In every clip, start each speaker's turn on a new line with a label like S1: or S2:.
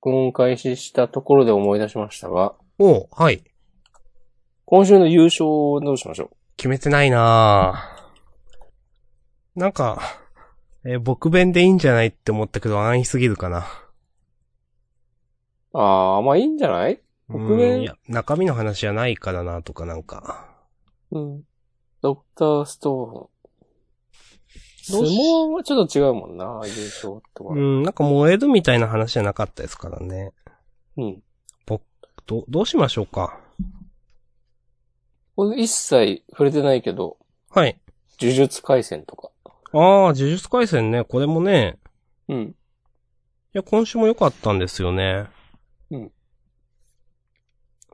S1: 婚を開始したところで思い出しましたが、
S2: おう、はい。
S1: 今週の優勝をどうしましょう
S2: 決めてないなぁなんか、えー僕弁でいいんじゃないって思ったけど安易すぎるかな。
S1: あー、まあいいんじゃない僕弁
S2: うんいや、中身の話じゃないからなとかなんか。
S1: うん。ドクターストーン。
S2: ど
S1: 相
S2: うし
S1: 撲はちょっと違うもんな、優勝とか。
S2: うん、なんか燃えるみたいな話じゃなかったですからね。
S1: うん。
S2: ど、どうしましょうか。
S1: これ一切触れてないけど、
S2: はい。
S1: 呪術回戦とか。
S2: ああ、呪術回戦ね、これもね、
S1: うん。
S2: いや、今週も良かったんですよね。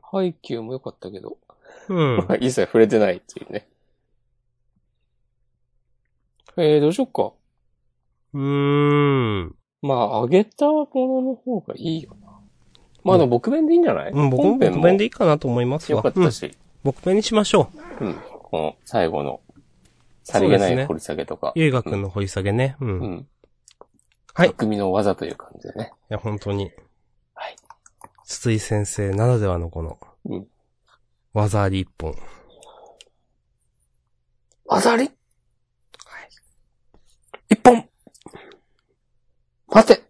S1: ハイキューも良かったけど、
S2: うん。
S1: 一切触れてないっていうね。えー、どうしよっか。
S2: うーん。
S1: まあ、あげたものの方がいいよな。まあ、でも、僕弁でいいんじゃない
S2: うん、僕も
S1: 本編
S2: 僕弁でいいかなと思いますわ。
S1: よかっ
S2: う
S1: た
S2: ん、
S1: し、
S2: 僕弁にしましょう。
S1: うん。この、最後の、さりげな
S2: そうです
S1: い
S2: ね
S1: 掘り下げとか。
S2: ゆいがくんの掘り下げね。うん。
S1: う
S2: い
S1: ん。
S2: はい
S1: 匠の技という感じでね。
S2: や、本当に。
S1: はい。
S2: 筒井先生ならではのこの、
S1: うん
S2: 技あり一本。
S1: 技あり一本待て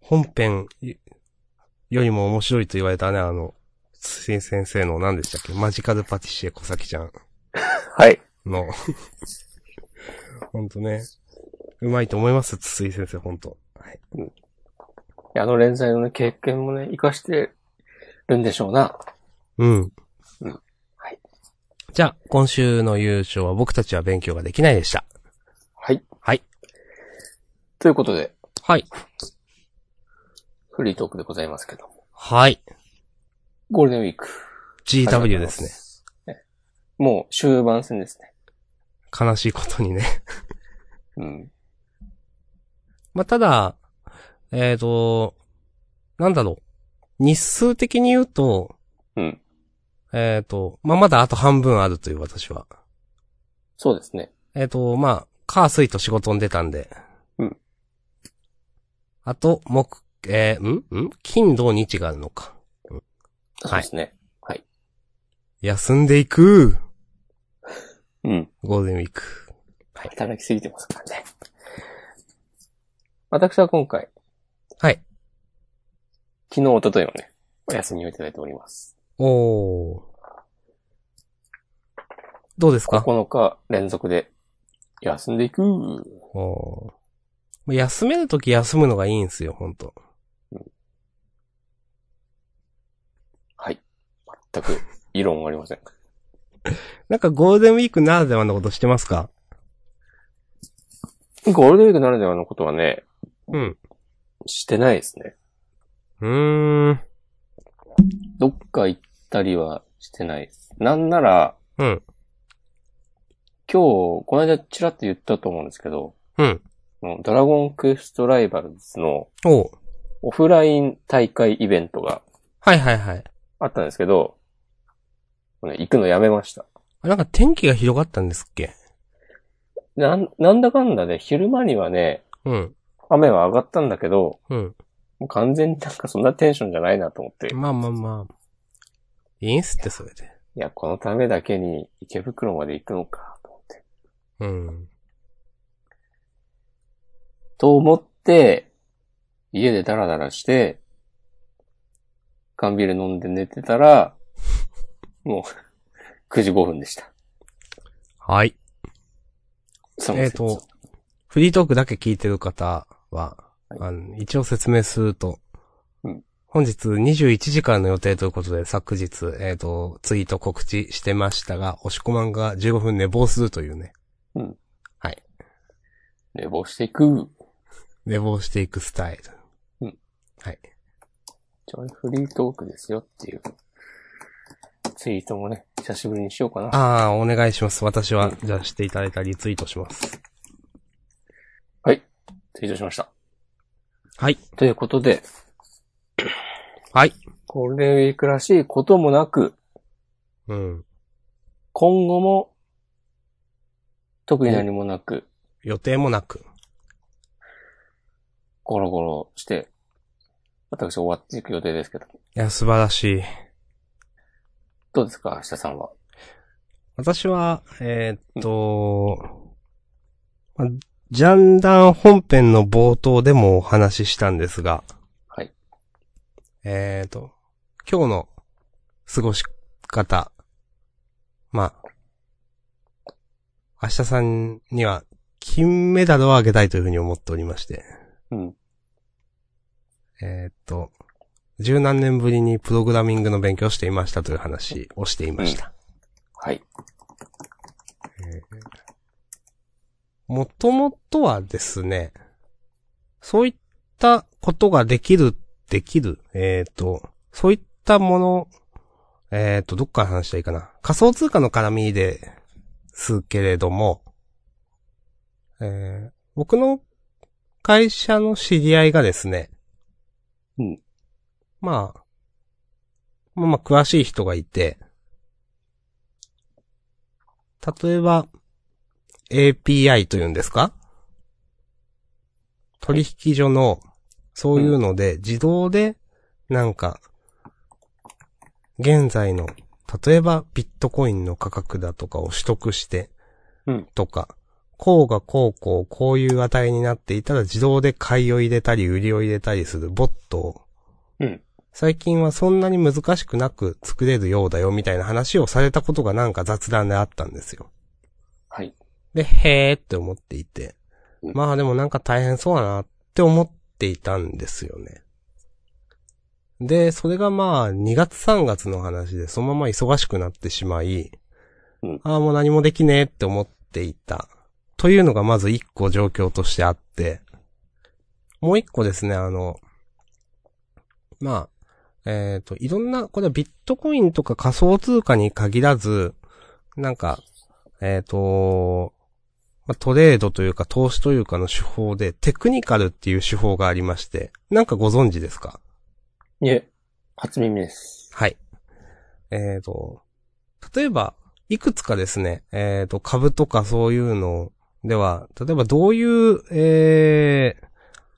S2: 本編よよりも面白いと言われたね、あの、筒井先生の何でしたっけマジカルパティシエ小崎ちゃん
S1: はい。
S2: の、ほんとね、うまいと思います、筒井先生、ほんと。はい。
S1: あの連載のね、経験もね、活かしてるんでしょうな。
S2: うん。
S1: うんはい。
S2: じゃあ、今週の優勝は僕たちは勉強ができないでした。
S1: はい。
S2: はい。
S1: ということで、
S2: はい。
S1: フリートークでございますけども。
S2: はい。
S1: ゴールデンウィーク。
S2: GW ですね。
S1: ね。もう終盤戦ですね。
S2: 悲しいことにね。
S1: うん。
S2: まあ、ただ、えっ、と、なんだろう。日数的に言うと、
S1: うん。
S2: えっ、と、まあ、まだあと半分あるという私は。
S1: そうですね。
S2: えっ、と、まあ、火水と仕事に出たんで。
S1: うん。
S2: あと、木、えー、んん金土日があるのか。
S1: そうですね。
S2: 休んでいく
S1: うん。
S2: ゴールデンウィーク。
S1: 働きすぎてますからね。私は今回、
S2: はい。
S1: 昨日、おとといもね、お休みをいただいております。
S2: おー。どうですか
S1: 9日連続で休んでいく。
S2: おーもう休めるとき休むのがいいんすよ、ほんと。
S1: はい。全く異論はありません。
S2: なんかゴールデンウィークならではのことしてますか
S1: ゴールデンウィークならではのことはね、
S2: うん。
S1: してないですね。
S2: うーん。
S1: どっか行ったりはしてないです。なんなら、
S2: うん。
S1: 今日、この間ちらっと言ったと思うんですけど、
S2: うん。
S1: あのドラゴンクエストライバルズの
S2: おう
S1: オフライン大会イベントが
S2: はいはいはい。
S1: あったんですけど、ね行くのやめました。
S2: あなんか天気が広がったんですっけ
S1: なん、なんだかんだで、昼間にはね、
S2: うん。
S1: 雨は上がったんだけど、
S2: うん。
S1: もう完全になんかそんなテンションじゃないなと思って。
S2: まあまあまあ。いいんすって、それで。
S1: いや、このためだけに池袋まで行くのか、と思って。
S2: うん。
S1: と思って、家でダラダラして、缶ビール飲んで寝てたら、もう、9時5分でした。
S2: はい。
S1: その
S2: えっ、と、フリートークだけ聞いてる方は、
S1: はい
S2: あの一応説明すると、
S1: うん
S2: 本日21時からの予定ということで、昨日、えっ、と、ツイート告知してましたが、押し込まんが15分寝坊するというね、
S1: 寝坊していく。
S2: 寝坊していくスタイル。
S1: うん
S2: はい。
S1: ちょいフリートークですよっていう、ツイートもね、久しぶりにしようかな。
S2: ああ、お願いします。私は、じゃあしていただいたリツイートします。
S1: はい。ツイートしました。
S2: はい。
S1: ということで、
S2: はい。
S1: ゴールデンウィークらしいこともなく、
S2: うん。
S1: 今後も、特に何もなく、
S2: 予定もなく。
S1: ゴロゴロして、私終わっていく予定ですけど。
S2: いや、素晴らしい。
S1: どうですか、明日さんは。
S2: 私は、えーっと、まあジャンダン本編の冒頭でもお話ししたんですが、
S1: はい。
S2: えーっと、今日の過ごし方、まあ、明日さんには金メダルをあげたいというふうに思っておりまして、
S1: うん。
S2: えーっと、十何年ぶりにプログラミングの勉強をしていましたという話をしていました。
S1: はい。
S2: もともとはですね、そういったことができる、できる、えっ、と、そういったもの、えっ、と、どっから話したらいいかな。仮想通貨の絡みですけれども、えー僕の会社の知り合いがですね、
S1: うん
S2: まあ、まあまあ、詳しい人がいて、例えば、API というんですか取引所の、そういうので、自動で、なんか、現在の、例えばビットコインの価格だとかを取得して
S1: うん、
S2: とか、こうがこうこう、こういう値になっていたら自動で買いを入れたり、売りを入れたりするボットを、
S1: うん
S2: 最近はそんなに難しくなく作れるようだよ、みたいな話をされたことがなんか雑談であったんですよ。
S1: はい。
S2: で、へーって思っていて。
S1: うん
S2: まあでもなんか大変そうだなって思っていたんですよね。で、それがまあ2月3月の話でそのまま忙しくなってしまい、
S1: うん
S2: ああもう何もできねえって思っていた。というのがまず1個状況としてあって、もう1個ですね、あの、まあ、えっ、と、いろんな、これはビットコインとか仮想通貨に限らず、なんか、えっ、と、まあ、トレードというか投資というかの手法で、テクニカルっていう手法がありまして、なんかご存知ですか
S1: いえ、初耳です。
S2: はい。えっ、と、例えば、いくつかですね、えっ、と、株とかそういうのでは、例えばどういう、えー、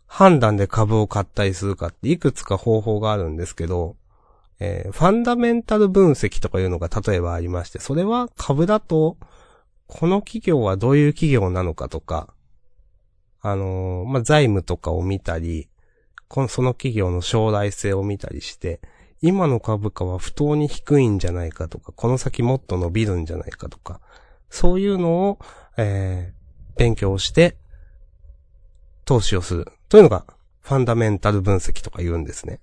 S2: 判断で株を買ったりするかって、いくつか方法があるんですけど、えーファンダメンタル分析とかいうのが例えばありまして、それは株だと、この企業はどういう企業なのかとか、あのーまあ、財務とかを見たり、この、その企業の将来性を見たりして、今の株価は不当に低いんじゃないかとか、この先もっと伸びるんじゃないかとか、そういうのを、えー勉強して、投資をする。というのが、ファンダメンタル分析とか言うんですね。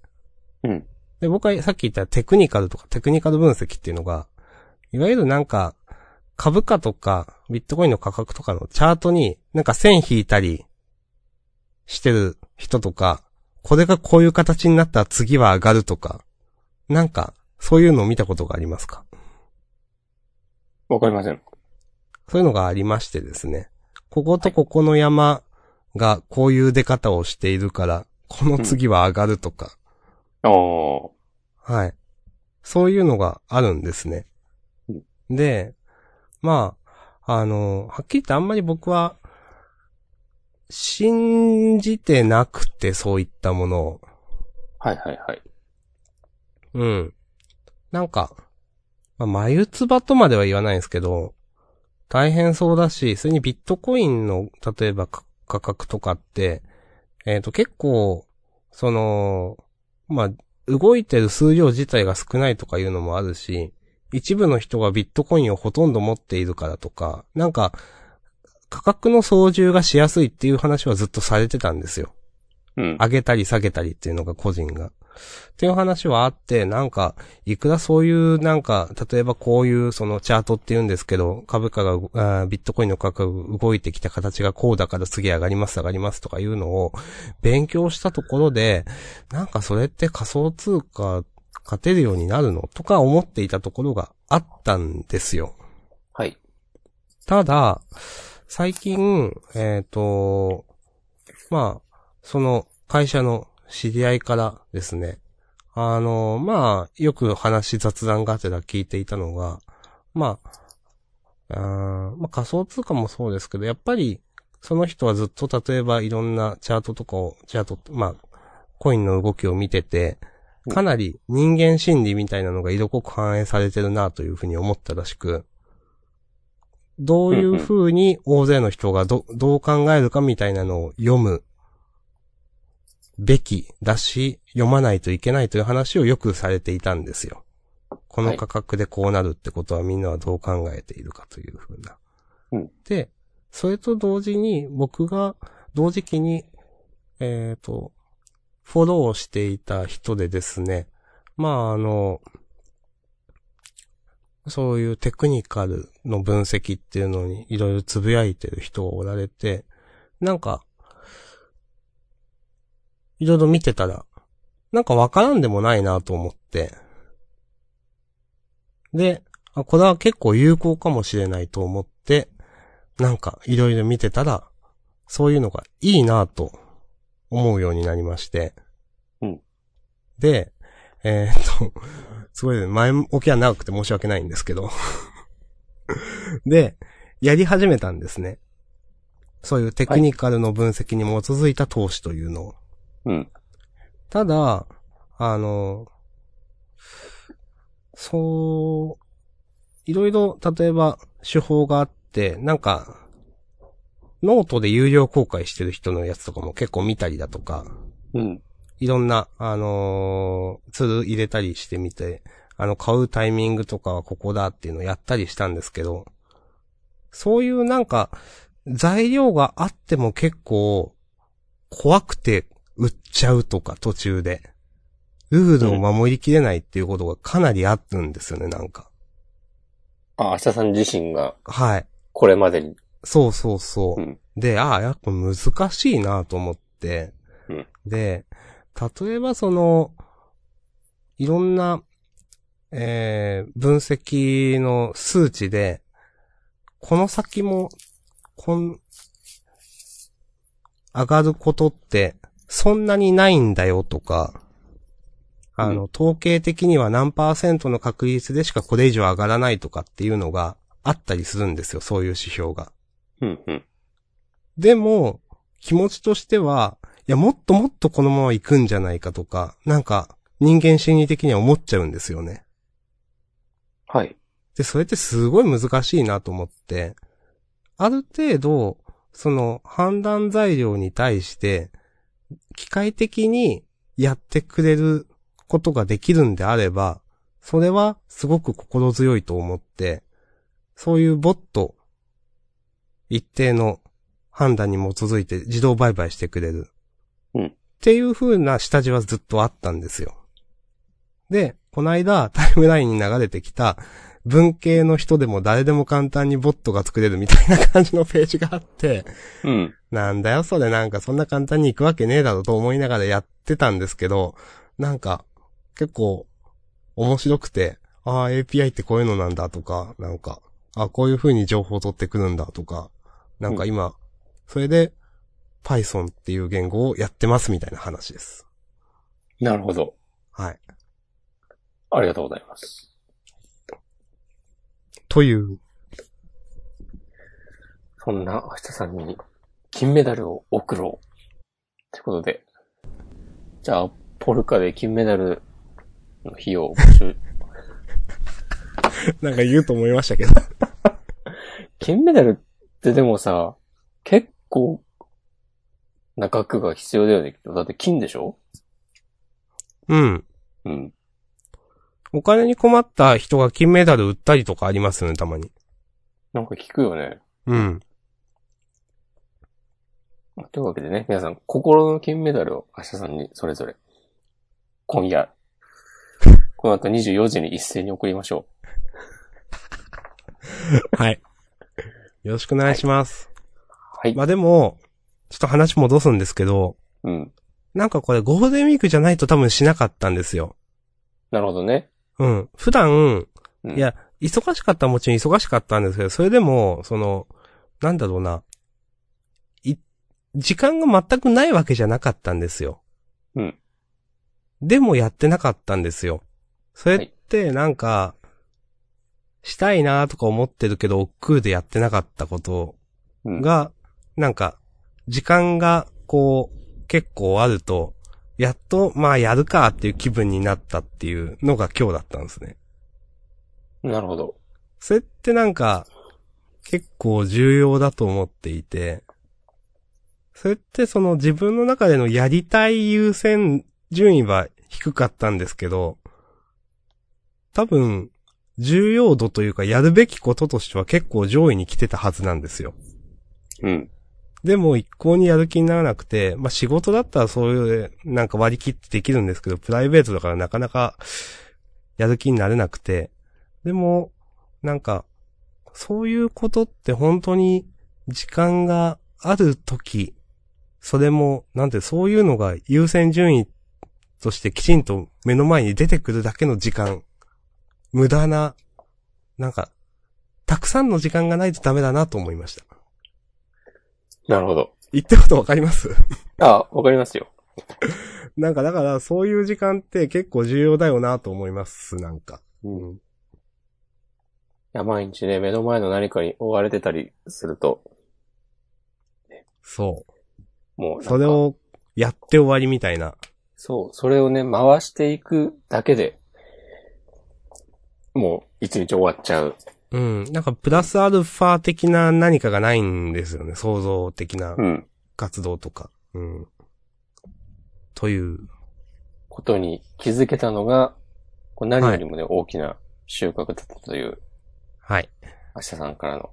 S1: うん。
S2: で、僕はさっき言ったテクニカルとかテクニカル分析っていうのが、いわゆるなんか、株価とか、ビットコインの価格とかのチャートに、なんか線引いたり、してる人とか、これがこういう形になったら次は上がるとか、なんか、そういうのを見たことがありますか
S1: わかりません。
S2: そういうのがありましてですね。こことここの山がこういう出方をしているから、この次は上がるとか、
S1: ああ。
S2: はい。そういうのがあるんですね。で、まあ、あの、はっきり言ってあんまり僕は、信じてなくて、そういったものを。
S1: はいはいはい。
S2: うん。なんか、まあ、眉唾とまでは言わないんですけど、大変そうだし、それにビットコインの、例えばか価格とかって、えっ、と結構、その、まあ、動いてる数量自体が少ないとかいうのもあるし、一部の人がビットコインをほとんど持っているからとか、なんか、価格の操縦がしやすいっていう話はずっとされてたんですよ。
S1: うん。
S2: 上げたり下げたりっていうのが個人が。っていう話はあって、なんか、いくらそういう、なんか、例えばこういうそのチャートって言うんですけど、株価がう、あービットコインの価格動いてきた形がこうだから次上がります上がりますとかいうのを勉強したところで、なんかそれって仮想通貨勝てるようになるのとか思っていたところがあったんですよ。
S1: はい。
S2: ただ、最近、えっ、と、まあ、その会社の知り合いからですね、あの、まあ、よく話雑談がてら聞いていたのが、まあ、あーまあ、仮想通貨もそうですけど、やっぱり、その人はずっと例えばいろんなチャートとかを、チャート、まあ、コインの動きを見てて、かなり人間心理みたいなのが色濃く反映されてるなというふうに思ったらしく、どういうふうに大勢の人がど、どう考えるかみたいなのを読むべきだし、読まないといけないという話をよくされていたんですよ。この価格でこうなるってことはみんなはどう考えているかというふうな。
S1: うん
S2: で、それと同時に僕が同時期に、えっ、と、フォローしていた人でですね、まああの、そういうテクニカルの分析っていうのにいろいろつぶやいてる人がおられて、なんか、いろいろ見てたら、なんかわからんでもないなと思って。で、あ、これは結構有効かもしれないと思って、なんかいろいろ見てたら、そういうのがいいなと思うようになりまして。
S1: うん。
S2: で、えーっと、すごい前置きは長くて申し訳ないんですけど。 で、やり始めたんですね。そういうテクニカルの分析に基づいた投資というのを。
S1: うん。
S2: ただ、あの、そう、いろいろ、例えば、手法があって、なんか、ノートで有料公開してる人のやつとかも結構見たりだとか、
S1: うん。
S2: いろんな、あのーツール入れたりしてみて、あの、買うタイミングとかはここだっていうのをやったりしたんですけど、そういうなんか、材料があっても結構、怖くて売っちゃうとか途中で、ルールを守りきれないっていうことがかなりあるんですよね、なんか。
S1: あ、明日さん自身が
S2: はい。
S1: これまでに。
S2: そうそうそう。
S1: うん
S2: で、ああ、やっぱ難しいなと思って、
S1: うん
S2: で、例えばその、いろんな、えー、分析の数値で、この先も、こん、上がることって、そんなにないんだよとか、あの、統計的には何パーセントの確率でしかこれ以上上がらないとかっていうのがあったりするんですよ、そういう指標が。
S1: うん、うん。
S2: でも、気持ちとしては、いや、もっともっとこのまま行くんじゃないかとか、なんか、人間心理的には思っちゃうんですよね。
S1: はい。
S2: で、それってすごい難しいなと思って、ある程度、その判断材料に対して、機械的にやってくれることができるんであれば、それはすごく心強いと思って、そういうボット、一定の判断に基づいて自動売買してくれる。
S1: うん
S2: っていう風な下地はずっとあったんですよ。で、この間タイムラインに流れてきた、文系の人でも誰でも簡単にボットが作れるみたいな感じのページがあって、
S1: うん。
S2: なんだよそれなんかそんな簡単に行くわけねえだろと思いながらやってたんですけど、なんか結構面白くて、ああ API ってこういうのなんだとか、なんか、あこういう風に情報を取ってくるんだとか、なんか今、それで Python っていう言語をやってますみたいな話です。
S1: なるほど。
S2: はい。
S1: ありがとうございます。
S2: という、
S1: そんな明日さんに金メダルを贈ろう。ってことで。じゃあ、ポルカで金メダルの費用を募集。
S2: なんか言うと思いましたけど。
S1: 金メダルってでもさ、結構な額が必要だよね。だって金でしょ
S2: うん。
S1: うん。
S2: お金に困った人が金メダル売ったりとかありますよね、たまに。
S1: なんか聞くよね。
S2: うん。
S1: というわけでね、皆さん、心の金メダルを明日さんにそれぞれ、今夜、 この後24時に一斉に送りましょ
S2: はい。よろしくお願いします。
S1: う。はい。
S2: まあでも、ちょっと話戻すんですけど、
S1: うん。
S2: なんかこれゴールデンウィークじゃないと多分しなかったんですよ。
S1: なるほどね。
S2: うん。普段、
S1: うん
S2: いや、忙しかったらもちろん忙しかったんですけど、それでも、その、なんだろうな。い、時間が全くないわけじゃなかったんですよ。
S1: うん。
S2: でもやってなかったんですよ。それってなんか、したいなとか思ってるけど、億劫でやってなかったこと
S1: うん。
S2: が、なんか、時間が、こう、結構あると、やっと、まあやるかっていう気分になったっていうのが今日だったんですね。
S1: なるほど。
S2: それってなんか、結構重要だと思っていて、それってその自分の中でのやりたい優先順位は低かったんですけど、多分、重要度というかやるべきこととしては結構上位に来てたはずなんですよ。
S1: うん。
S2: でも一向にやる気にならなくて、まあ仕事だったらそういう、なんか割り切ってできるんですけど、プライベートだからなかなかやる気になれなくて、でも、なんか、そういうことって本当に時間がある時、それも、なんてそういうのが優先順位としてきちんと目の前に出てくるだけの時間、無駄な、なんか、たくさんの時間がないとダメだなと思いました。
S1: なるほど。
S2: 言ってることわかります
S1: あ、わかりますよ。
S2: なんかだから、そういう時間って結構重要だよなと思います、なんか。
S1: うん。いや、毎日ね、目の前の何かに追われてたりすると、
S2: そ
S1: もう、
S2: う。それ。をやって終わりみたいな。
S1: そう、それをね、回していくだけで、もう、一日終わっちゃう。
S2: うん。なんかプラスアルファ的な何かがないんですよね。創造的な
S1: うん。
S2: 活動とか。うん。という。
S1: ことに気づけたのが、こう何よりもね、大きな収穫だったという、
S2: はい。
S1: 明日さんからの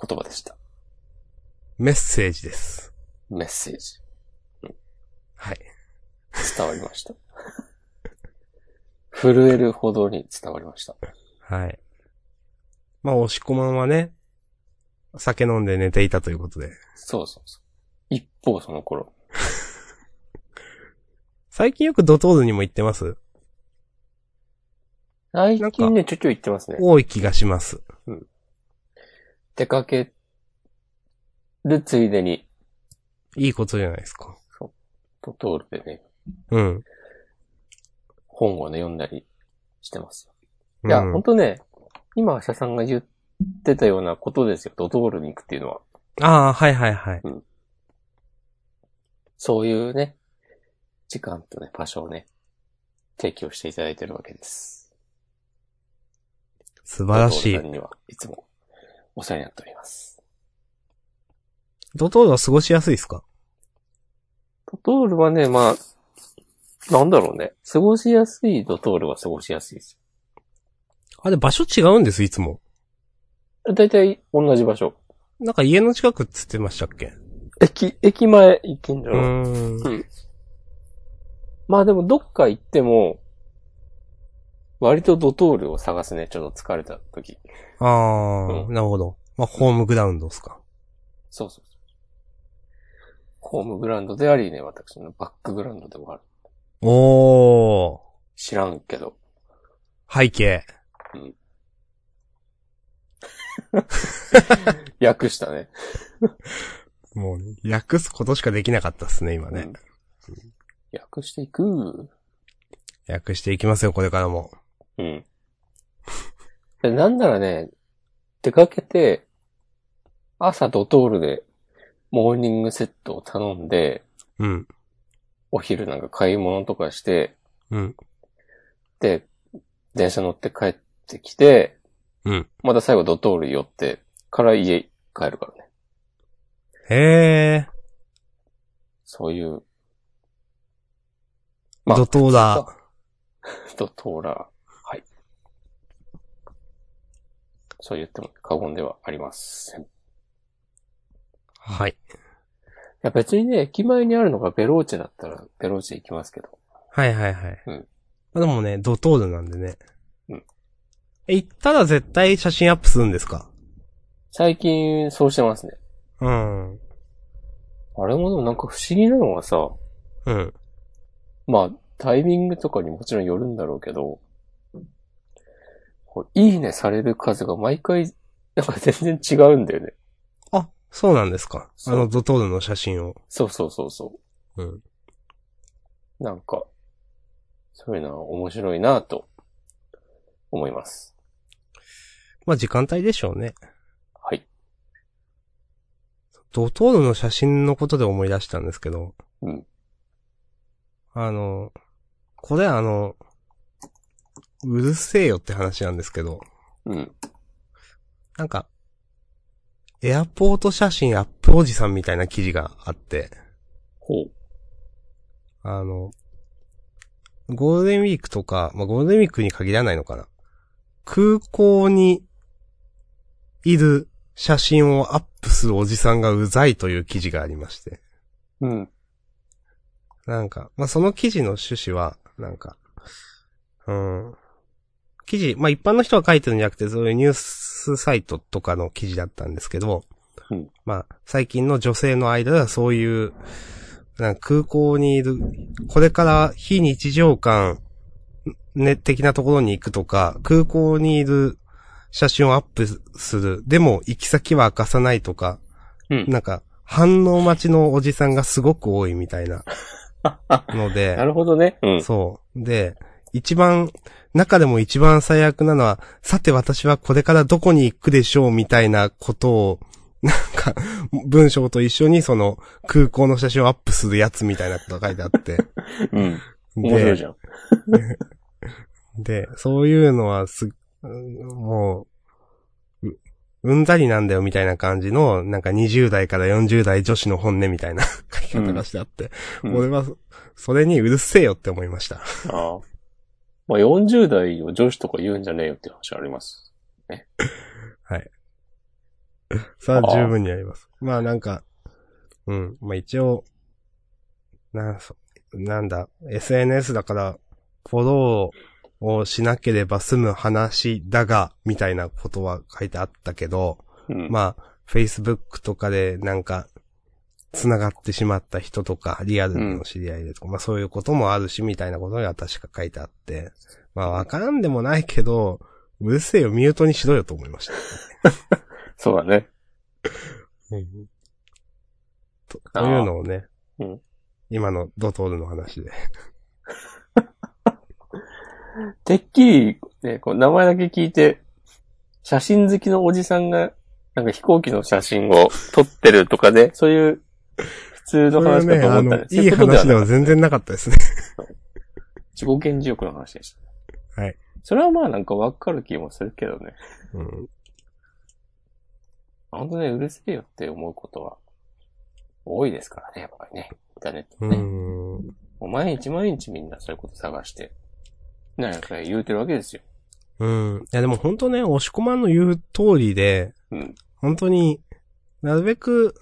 S1: 言葉でした。
S2: メッセージです。
S1: メッセージ。
S2: はい。
S1: 伝わりま した。震えるほどに伝わりました。
S2: はい。まあ、押し込まんはね、酒飲んで寝ていたということで。
S1: そうそうそう。一方その頃。
S2: 最近よくドトールにも行ってます。
S1: 最近ね、ちょいちょい行ってますね。
S2: 多い気がします。
S1: 出かけるついでに、
S2: いいことじゃないですか。
S1: ドトールでね、
S2: うん。
S1: 本をね、読んだりしてます。いや、
S2: うん
S1: ほんとね、今、明日さんが言ってたようなことですよ。ドトールに行くっていうのは。
S2: ああ、はいはいはい。
S1: そういうね、時間とね、場所をね、提供していただいてるわけです。
S2: 素晴らし
S1: ドトール
S2: い
S1: さ。んには、いつもお世話になっております。
S2: ドトールは過ごしやすいですか
S1: ドトールはね、まあ、なんだろうね。過ごしやすいドトールは過ごしやすいです
S2: あれ場所違うんです、いつも。
S1: よ。だいたい同じ場所。
S2: なんか家の近くっつってましたっけ
S1: 駅、駅前行けんじゃ
S2: う
S1: ろ
S2: ーん。
S1: まあでもどっか行っても、割とドトールを探すね。ちょっと疲れた時。
S2: あ
S1: う
S2: あ、なるほど。まあ、ホームグラウンドですか。
S1: そうそうそう。ホームグラウンドでありね、私のバックグラウンドでもある。
S2: おー。
S1: 知らんけど。
S2: 背景。
S1: 訳したね。
S2: もう、訳すことしかできなかったっすね、今ね。
S1: うん訳していく。
S2: 訳していきますよ、これからも。
S1: うん。でなんならね、出かけて、朝ドトールでモーニングセットを頼んで、
S2: うん。
S1: お昼なんか買い物とかして、
S2: うん。
S1: で、電車乗って帰ってきて、
S2: うん。
S1: また最後ドトール寄って、から家帰るからね。
S2: へー。
S1: そういう、まあ
S2: ドトーラー。
S1: ドトーラー。はい。そう言っても過言ではありません。い
S2: はい。
S1: や別にね、駅前にあるのがベローチェだったら、ベローチェ行きますけど。
S2: はいはいはい。
S1: うん
S2: まあでもね、ドトールなんでね。
S1: うん。
S2: え、行ったら絶対写真アップするんですか
S1: 最近、そうしてますね。
S2: うん。うん。
S1: あれもでもなんか不思議なのはさ、まあ、タイミングとかにもちろんよるんだろうけど、こういいねされる数が毎回、 なんか全然違うんだよね。
S2: あ、そうなんですか。あ
S1: そう
S2: のドトールの写真を。
S1: そうそうそうそ
S2: うん。
S1: う。なんか、そういうのは面白いなと、思います。
S2: まあ時間帯でしょうね。
S1: はい。
S2: ドトールの写真のことで思い出したんですけど。
S1: うん。
S2: ああの、これあの、うるせえよって話なんですけど、
S1: うん。
S2: なんか、エアポート写真アップおじさんみたいな記事があって、
S1: ほう。
S2: あの、ゴールデンウィークとか、まあ、ゴールデンウィークに限らないのかな。空港にいる写真をアップするおじさんがうざいという記事がありまして。
S1: うん。
S2: なんか、まあ、その記事の趣旨は、なんか、うん。記事、まあ、一般の人が書いてるんじゃなくて、そういうニュースサイトとかの記事だったんですけど、
S1: うん
S2: まあ、最近の女性の間ではそういう、なんか空港にいる、これから非日常感、ね、的なところに行くとか、空港にいる写真をアップする。でも、行き先は明かさないとか、
S1: うん。
S2: なんか、反応待ちのおじさんがすごく多いみたいな。の で。
S1: なるほどね。うん。
S2: そう。で、一番、中でも一番最悪なのは、さて私はこれからどこに行くでしょうみたいなことを、なんか、文章と一緒にその空港の写真をアップするやつみたいなことが書いてあって。
S1: うん。 面白い
S2: で
S1: じ、ゃん。
S2: で、そういうのはす、もう、ううんざりなんだよみたいな感じの、なんか20代から40代女子の本音みたいな 書き方がしてあって、
S1: うん
S2: 俺は、それにうるせえよって思いました。
S1: ああ。まあ、40代を女子とか言うんじゃねえよって話あります。
S2: さ
S1: あ
S2: あ、
S1: あ
S2: 十分にあります。まあなんか、うん。まあ一応、なんそなんだ、SNS だから、フォローをしなければ済む話だが、みたいなことは書いてあったけど、
S1: うん。
S2: まあ、Facebook とかでなんか、繋がってしまった人とか、リアルの知り合いでとか、まあそういうこともあるし、みたいなことが確か書いてあって、まあわからんでもないけど、うるせえよ、ミュートにしろよと思いました。
S1: そうだね。
S2: と
S1: あー
S2: というのをね、
S1: うん
S2: 今のドトールの話で。
S1: てっきり、ね、こう名前だけ聞いて、写真好きのおじさんが、なんか飛行機の写真を撮ってるとか で、そういう普通の話だと思ったん
S2: こ
S1: です
S2: れはねあの、いい話では全然なかったですね。
S1: 自己顕示欲の話でした。
S2: はい。
S1: それはまあなんかわかる気もするけどね。
S2: うん
S1: ほんとね、うるせえよって思うことは多いですからね、やっぱりね。インターネット
S2: う
S1: ね。
S2: ーん。
S1: もう毎日毎日みんなそういうこと探して、なんか言うてるわけですよ。
S2: うん。いやでも本当ね、押し込まんの言う通りで、
S1: うん。
S2: 本当になるべく、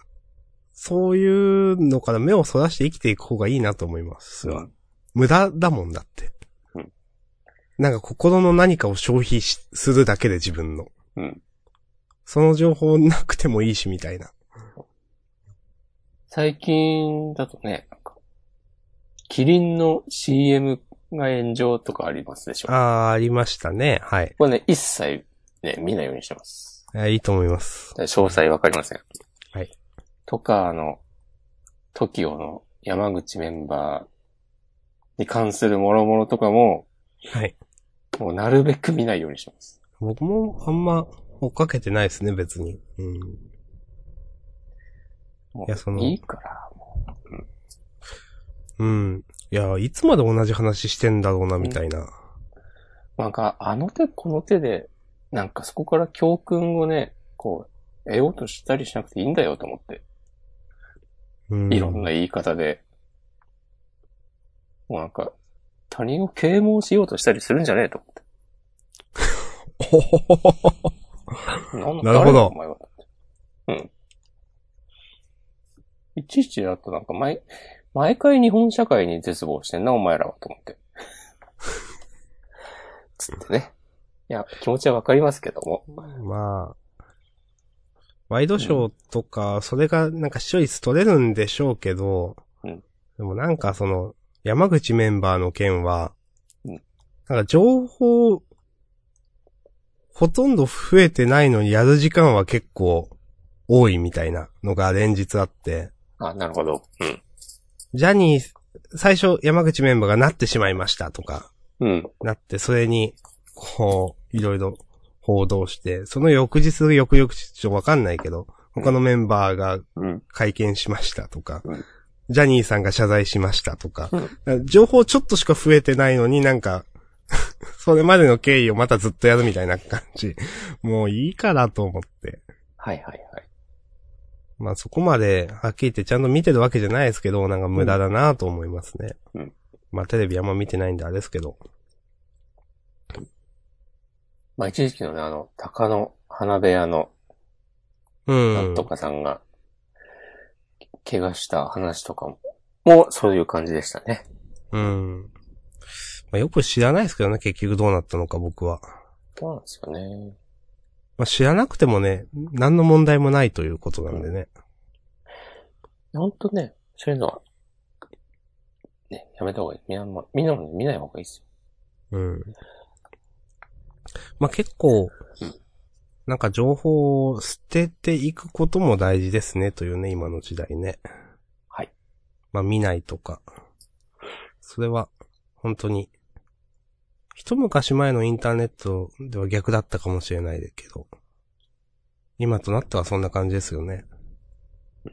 S2: そういうのから目をそらして生きていく方がいいなと思います。
S1: うん
S2: 無駄だもんだって。
S1: うん
S2: なんか心の何かを消費しするだけで自分の。
S1: うん。
S2: その情報なくてもいいしみたいな。
S1: 最近だとね、なんか、キリンの CM が炎上とかありますでしょ
S2: あ。あ、ありましたね。はい。
S1: これね、一切ね、見ないようにしてます。
S2: いやいいと思います。
S1: 詳細わかりません。
S2: はい。
S1: とか、あの、TOKIO の山口メンバーに関する諸々とかも、
S2: はい。
S1: もうなるべく見ないようにしてます。
S2: 僕もあんま追っかけてないですね、別に。うん。
S1: もう
S2: いやその
S1: いいから。
S2: うん。いや、いつまで同じ話してんだろうな、みたいな。
S1: なんか、あの手この手で、なんかそこから教訓をね、こう、得ようとしたりしなくていいんだよと思って。
S2: うん。
S1: いろ んな言い方で、もうなんか、他人を啓蒙しようとしたりするんじゃねえと思
S2: ほほほほほほ。
S1: って。なん
S2: なるほ
S1: 誰
S2: ど
S1: だお前は。うん。いちいちだとなんか毎、毎回日本社会に絶望してんな、お前らは、と思 って。つってね。いや、気持ちはわかりますけども。
S2: まあ。ワイドショーとか、それがなんか視聴率取れるんでしょうけど、
S1: うん
S2: でもなんかその、山口メンバーの件は、
S1: うん
S2: なんか情報、ほとんど増えてないのにやる時間は結構多いみたいなのが連日あって、
S1: あ、なるほど。
S2: ジャニー、最初山口メンバーがなってしまいましたとか、
S1: うん。うん。
S2: なって、それに、こう、いろいろ報道して、その翌日、翌々日、ちょっとわかんないけど、他のメンバーが
S1: うん。
S2: 会見しましたとか
S1: うん、
S2: ジャニーさんが謝罪しましたとか
S1: うん、
S2: だから情報ちょっとしか増えてないのになんか、 それまでの経緯をまたずっとやるみたいな感じ。もういいからと思って。
S1: はいはいはい。
S2: まあそこまではっきり言ってちゃんと見てるわけじゃないですけど、なんか無駄だなと思いますね。
S1: うん
S2: まあテレビあんま見てないんであれですけど。
S1: まあ一時期のね、あの、鷹の花部屋の
S2: うん。
S1: なんとかさんが、怪我した話とかも、もうそういう感じでしたね。
S2: うん。まあよく知らないですけどね、結局どうなったのか僕は。
S1: そうなんですよね。
S2: まあ知らなくてもね、何の問題もないということなんでね。
S1: ほんとね、そういうのは、ね、やめた方がいい。みんなも、みんなも見ない方がいいですよ。
S2: うん。まあ結構、なんか情報を捨てていくことも大事ですね、というね、今の時代ね。
S1: はい。
S2: まあ見ないとか。それは、本当に、一昔前のインターネットでは逆だったかもしれないけど、今となってはそんな感じですよね
S1: うん。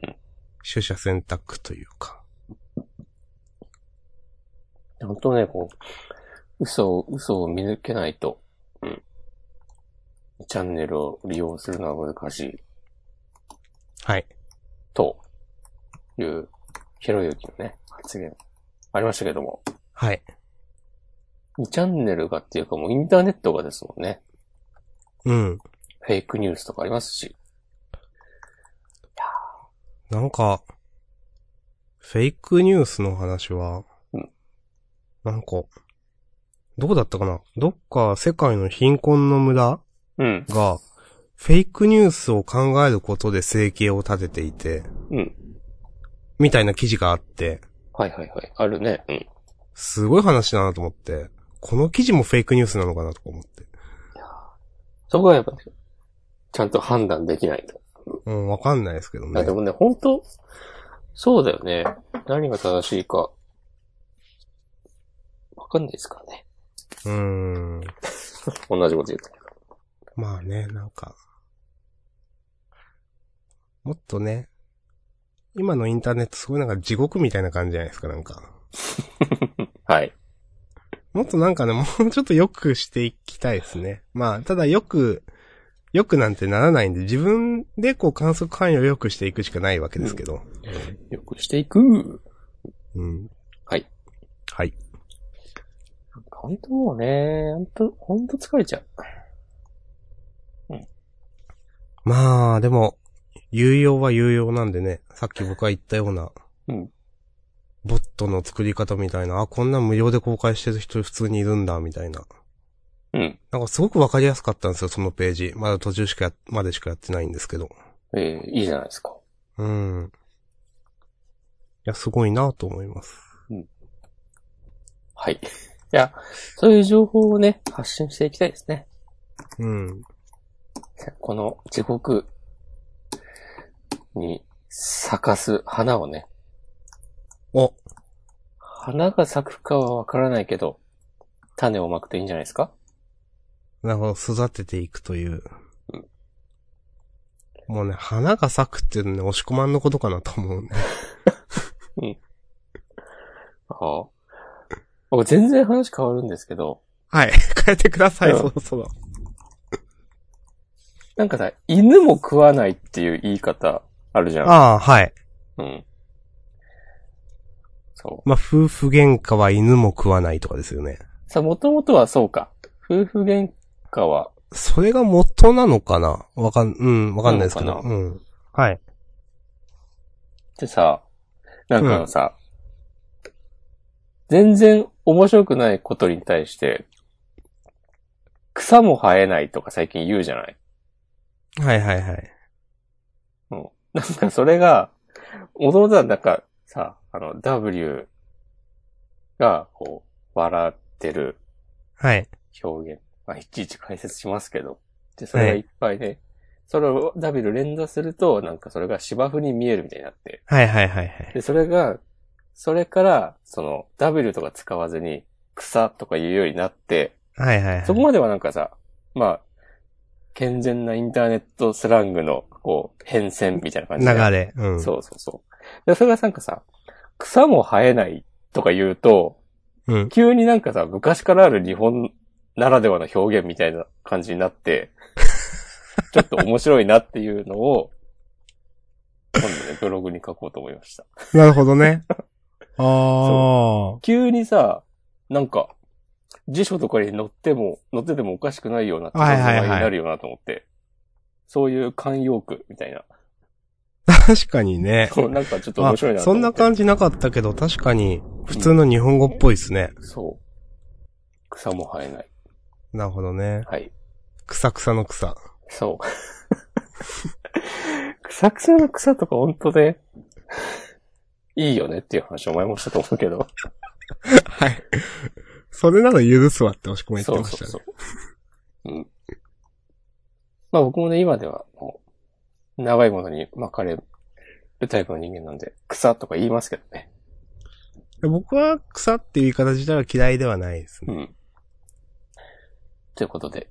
S2: 取捨選択というか。
S1: ほんとね、こう、嘘を、嘘を見抜けないと、うん。チャンネルを利用するのは難しい、
S2: はい。
S1: という、ひろゆきのね、発言、ありましたけども。
S2: はい。
S1: 2チャンネルがっていうかもうインターネットがですもんね。
S2: うん。
S1: フェイクニュースとかありますし。
S2: なんか、フェイクニュースの話は
S1: うん、
S2: なんか、どこだったかなどっか世界の貧困の村
S1: うん。
S2: が、フェイクニュースを考えることで生計を立てていて、
S1: うん。
S2: みたいな記事があって、
S1: はいはいはい。あるね。うん。
S2: すごい話だなと思って、この記事もフェイクニュースなのかなとか思って。
S1: そこはやっぱ、ちゃんと判断できないと。
S2: うん、わかんないですけど
S1: あで
S2: ね。
S1: もね、本当そうだよね。何が正しいか、わかんないですからね。
S2: うん。
S1: 同じこと言ってる。
S2: まあね、なんか、もっとね、今のインターネットすごいなんか地獄みたいな感じじゃないですか、なんか。
S1: はい。
S2: もっとなんかね、 もうちょっと良くしていきたいですね。まあ、ただよく、良くなんてならないんで、自分でこう観測範囲を良くしていくしかないわけですけど。
S1: よくしていく。
S2: うん。
S1: はい。
S2: はい。
S1: なんか本当もうね、本当本当疲れちゃう。
S2: まあ、でも、有用は有用なんでね、さっき僕が言ったような、
S1: うん
S2: ボットの作り方みたいな、あ、こんな無料で公開してる人普通にいるんだ、みたいな。
S1: うん。
S2: なんかすごくわかりやすかったんですよ、そのページ。まだ途中しかや、までしかやってないんですけど。
S1: ええいいじゃないですか。
S2: うん。いや、すごいなと思います。
S1: はい。い や、そういう情報をね、発信していきたいですね。
S2: うん。
S1: この地獄に咲かす花をね、
S2: お、
S1: 花が咲くかはわからないけど、種をまくといいんじゃないですか
S2: なんか育てていくという。もうね、花が咲くっていうのね、押し込まんのことかなと思うね。
S1: ああ。僕全然話変わるんですけど、
S2: はい。 変えてください、
S1: うん
S2: そろそろ。
S1: なんかさ、犬も食わないっていう言い方あるじゃん。
S2: ああ、はい。
S1: うん。そう。
S2: まあ、夫婦喧嘩は犬も食わないとかですよね。
S1: さ、もともとはそうか。夫婦喧嘩は、
S2: それが元なのかなわかん、うん、わかんないですけ
S1: なの
S2: ど。
S1: か
S2: うん。はい。
S1: ってさ、なんかさ、全然面白くないことに対して、草も生えないとか最近言うじゃない
S2: はいはいはい。
S1: うん。なんか それが、もともとはなんかさ、あの、W が、こう、笑ってる
S2: はい。
S1: 表現。まあ、いちいち解説しますけど。で、それがいっぱいね、それを W 連打すると、なんかそれが芝生に見えるみたいになって。
S2: はいはいはいはい。
S1: で、それが、それから、その、W とか使わずに、草とか言うようになって、
S2: はいはい、はい。
S1: そこまではなんかさ、まあ、健全なインターネットスラングの、こう、変遷みたいな感じで。
S2: 流れ。うん。
S1: そうそうそう。で、それがなんかさ、草も生えないとか言うと、
S2: うん。
S1: 急になんかさ、昔からある日本ならではの表現みたいな感じにな って、ちょっと面白いなっていうのを、今度ね、ブログに書こうと思いました。
S2: なるほ どね。ああ。
S1: 急にさ、なんか、辞書とかに載っても、載っててもおかしくないような
S2: はいはいはい
S1: になるよなと思って、そういう慣用句みたい な。
S2: 確かにね。
S1: そう、なんかちょっと
S2: あ
S1: 面白いなと
S2: そん
S1: 思っ
S2: な
S1: て。
S2: 感じなかったけど、確かに、普通の日本語っぽいですね。
S1: そう。草も生えない。
S2: なるほどね。
S1: はい。
S2: 草草の 草。
S1: そう。草草の草とか本当で、いいよねっていう話を前もしたと思うけど。
S2: はい。それなら許すわって押し込み言
S1: そ
S2: って
S1: う
S2: まし
S1: そう
S2: たね。
S1: そう。うん。まあ僕もね、今ではもう、長いものに巻かれるタイプの人間なんで、草とか言いますけどね。
S2: 僕は草っていう言い方自体は嫌いではないです
S1: う
S2: ね。
S1: ん。ということで、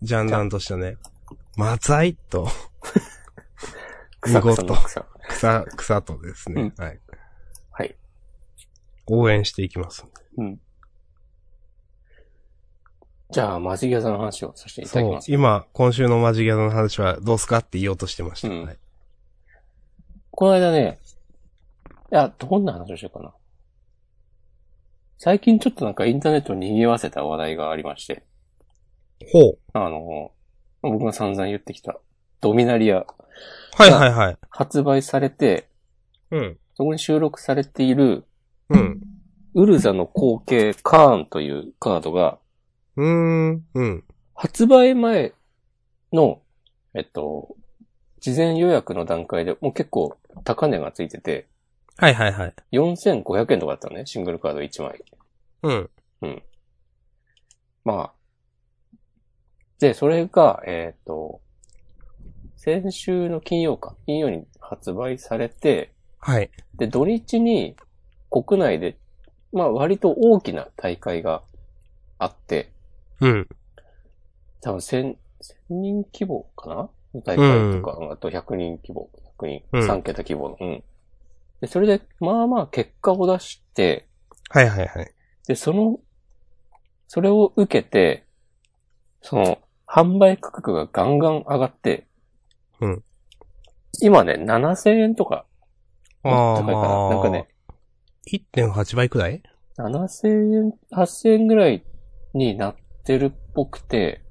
S2: ジャンダンとしてね。マザイ と、
S1: 草
S2: 見
S1: 草
S2: 事
S1: の草。
S2: 草、草とですね。はい。
S1: はい。
S2: 応援していきますんで。
S1: うん。じゃあ、マジギャザの話をさせていただき
S2: そう
S1: ま。す。
S2: 今、今週のマジギャドの話はどうすかって言おうとしてました。
S1: うん
S2: はい
S1: この間ね、いや、どんな話をしようかな。最近ちょっとなんかインターネットを賑わせた話題がありまして、
S2: ほう。
S1: あの、僕が散々言ってきたドミナリア
S2: はいはいはい。
S1: 発売されて、
S2: うん。
S1: そこに収録されている
S2: うん。
S1: ウルザの後継カーンというカードが
S2: うーん。うん。
S1: 発売前の、えっと、事前予約の段階でもう結構高値がついてて、
S2: はいはいはい。
S1: 4500円とかだったのね、シングルカード1枚。
S2: うん。
S1: まあ。で、それが、えっ、と、先週の金曜か、金曜に発売されて、
S2: はい。
S1: で、土日に国内で、まあ割と大きな大会があって、
S2: うん。
S1: 多分1000、1000人規模かなの大会とか、あと100人規模、100人、
S2: うん
S1: 3桁規模の。うん。で、それで、まあまあ結果を出して、
S2: はいはいはい。
S1: で、その、それを受けて、その、販売価格がガンガン上がって、
S2: うん。
S1: 今ね、7000円とか、
S2: あ
S1: 高
S2: あ、
S1: いかな。
S2: まあ、
S1: なんかね、
S2: 1.8倍くらい
S1: 7000円、8000円ぐらいになってるっぽくて、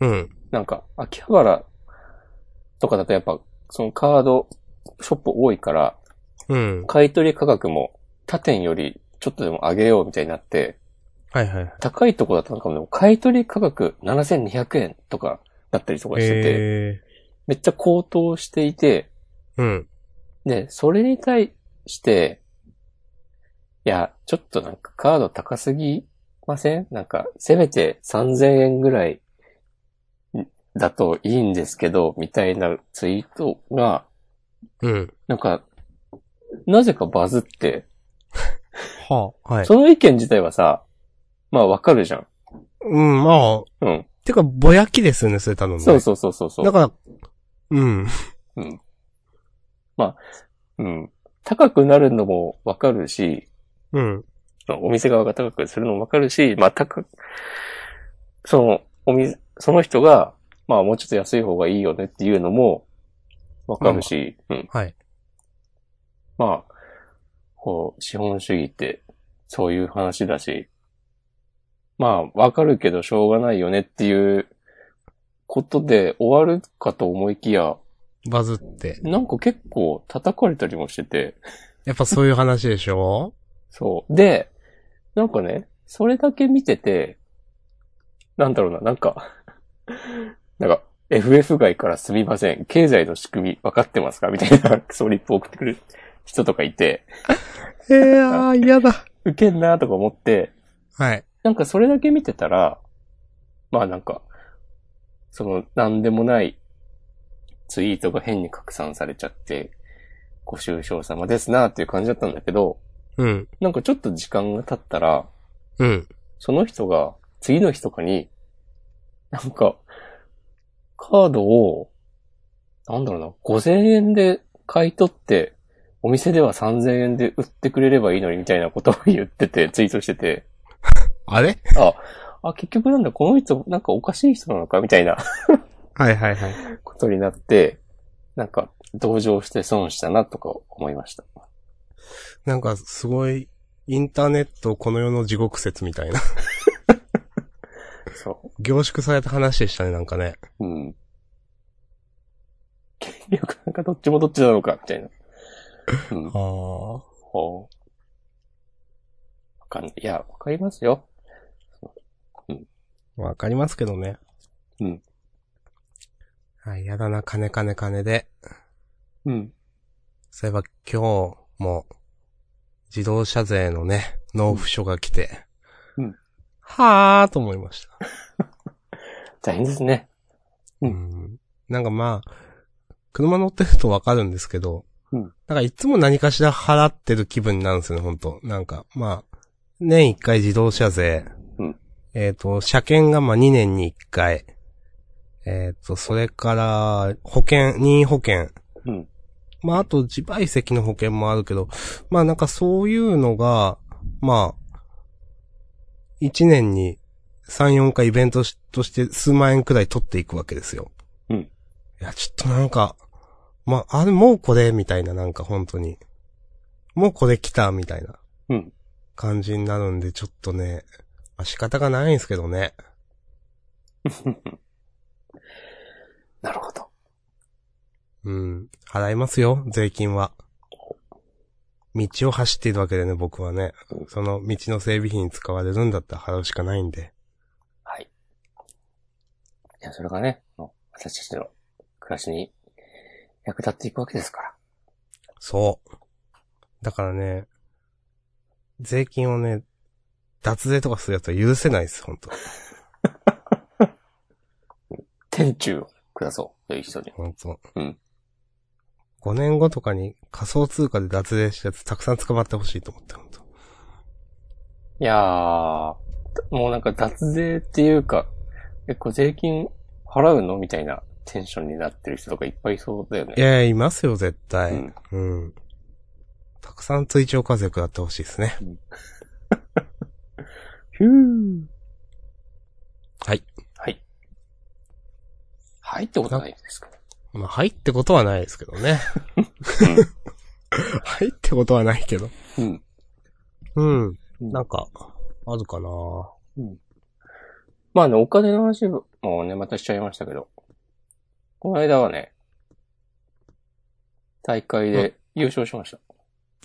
S2: うん。
S1: なんか、秋葉原とかだとやっぱ、そのカードショップ多いから、
S2: うん。
S1: 買い取り価格も他店よりちょっとでも上げようみたいになって、
S2: はいはいはい。
S1: 高いとこだったのかも、でも買い取り価格7200円とかだったりとかしてて、
S2: え
S1: めっちゃ高騰していて、
S2: ー、うん。
S1: で、それに対して、いや、ちょっとなんかカード高すぎませんなんか、せめて3000円ぐらいだといいんですけど、みたいなツイートが、
S2: うん。
S1: なんか、なぜかバズって、
S2: はあ、はい。
S1: その意見自体はさ、まあわかるじゃん。
S2: うん、まあ、
S1: うん。
S2: てか、ぼやきですよね、それ頼む、ね。
S1: そうそうそうそうそう。
S2: だから、うん。
S1: うん。まあ、うん。高くなるのもわかるし、
S2: うん。
S1: そのお店側が高くするのもわかるし、まあ、高く、その、お店、その人が、まあ、もうちょっと安い方がいいよねっていうのもわかるし、うん。
S2: はい。
S1: まあ、こう、資本主義って、そういう話だし、まあ、わかるけどしょうがないよねっていうことで終わるかと思いきや、
S2: バズって。
S1: なんか結構叩かれたりもしてて、
S2: やっぱそういう話でしょ
S1: そう。で、なんかね、それだけ見てて、なんだろうな、なんか、 なんか、FF 外からすみません。経済の仕組み分かってますかみたいなクソリップを送ってくる人とかいて、
S2: ええあー、嫌だ。
S1: ウケんなとか思って、
S2: はい。
S1: なんかそれだけ見てたら、まあなんか、その、なんでもないツイートが変に拡散されちゃって、ご愁傷様ですなっていう感じだったんだけど、
S2: うん。
S1: なんかちょっと時間が経ったら、
S2: うん。
S1: その人が次の日とかに、なんか、カードを、なんだろうな、5000円で買い取って、お店では3000円で売ってくれればいいのにみたいなことを言ってて、 ツイートしてて、
S2: あれ
S1: あ、あ、結局なんだ、この人、なんかおかしい人なのかみたいな
S2: はいはいはい。
S1: ことになって、なんか、同情して損したなとか思いました。
S2: なんか、すごい、インターネットこの世の地獄説みたいな。
S1: そ
S2: 凝縮された話でしたね、なんかね。
S1: う。うん。結局なんかどっちもどっちなのか、みたいな。うん。
S2: ああ。
S1: ほう。わかんない。いや、わかりますよ。
S2: わかりますけどね。
S1: うん。
S2: はい、やだな、金金金で。
S1: うん。
S2: そういえば今日も、自動車税のね、納付書が来て。
S1: うん。
S2: はーと思いました。
S1: 大変ですね。うん
S2: ん。なんかまあ、車乗ってるとわかるんですけど、
S1: うん
S2: なんかいつも何かしら払ってる気分になるんですよね、本当なんか、まあ、年一回自動車税。
S1: うん
S2: えっ、と、車検がまあ2年に1回。えっ、と、それから、保険、任意保険。
S1: うん。
S2: まあ、あと自賠責の保険もあるけど、まあなんかそういうのが、まあ、1年に3、4回イベントしとして数万円くらい取っていくわけですよ。
S1: うん
S2: いや、ちょっとなんか、まあ、あれもうこれ、みたいななんか本当に。もうこれ来た、みたいな
S1: うん。
S2: 感じになるんで、ちょっとね、まあ、仕方がないんですけどね。
S1: なるほど。
S2: うん。払いますよ、税金は。道を走っているわけでね、僕はね
S1: う。ん
S2: その道の整備費に使われるんだったら払うしかないんで。
S1: はい。いや、それがね、もう私たちの暮らしに役立っていくわけですから。
S2: そう。だからね、税金をね、脱税とかするやつは許せないです、本当
S1: 天中を下そう。いう人に。
S2: 本当
S1: うん。
S2: 5年後とかに仮想通貨で脱税したやつたくさん捕まってほしいと思って、本当
S1: いやー、もうなんか脱税っていうか、え、これ税金払うのみたいなテンションになってる人とかいっぱいいそうだよね。
S2: いやいや、いますよ、絶対。
S1: うん
S2: うん。たくさん追徴課税食らってほしいですね。
S1: ふー。
S2: はい。
S1: はい。はいってことはないですか
S2: まあ、はいってことはないですけどね。 はいってことはないけど。
S1: うん。
S2: う
S1: う
S2: ん。
S1: ん
S2: なんか、あるかな
S1: まあね、お金の話もね、またしちゃいましたけど、この間はね、大会で優勝しました。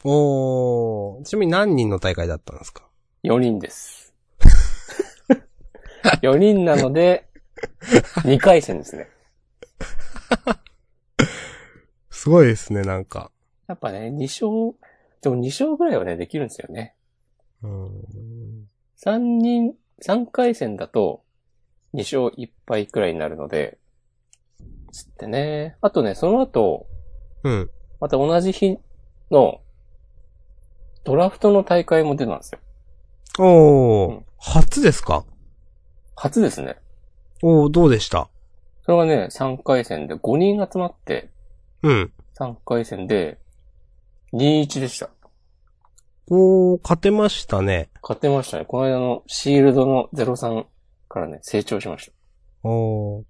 S2: おー、ちなみに何人の大会だったんですか
S1: 4人 です。4人なので、2回戦ですね。
S2: すごいですね、なんか。
S1: やっぱね、2勝、でも2勝ぐらいはね、できるんですよね。
S2: うん。
S1: 3人、3回戦だと、2勝1敗くらいになるので、つってね。あとね、その後、
S2: うん。
S1: また同じ日の、ドラフトの大会も出たんですよ。
S2: おー、
S1: うん
S2: 初ですか
S1: 初ですね。
S2: おー、どうでした
S1: それがね、3回戦で5人集まって、
S2: うん。
S1: 3回戦で、2-1でした。
S2: おー、勝てましたね。
S1: 勝てましたね。この間のシールドの03からね、成長しました。
S2: おー。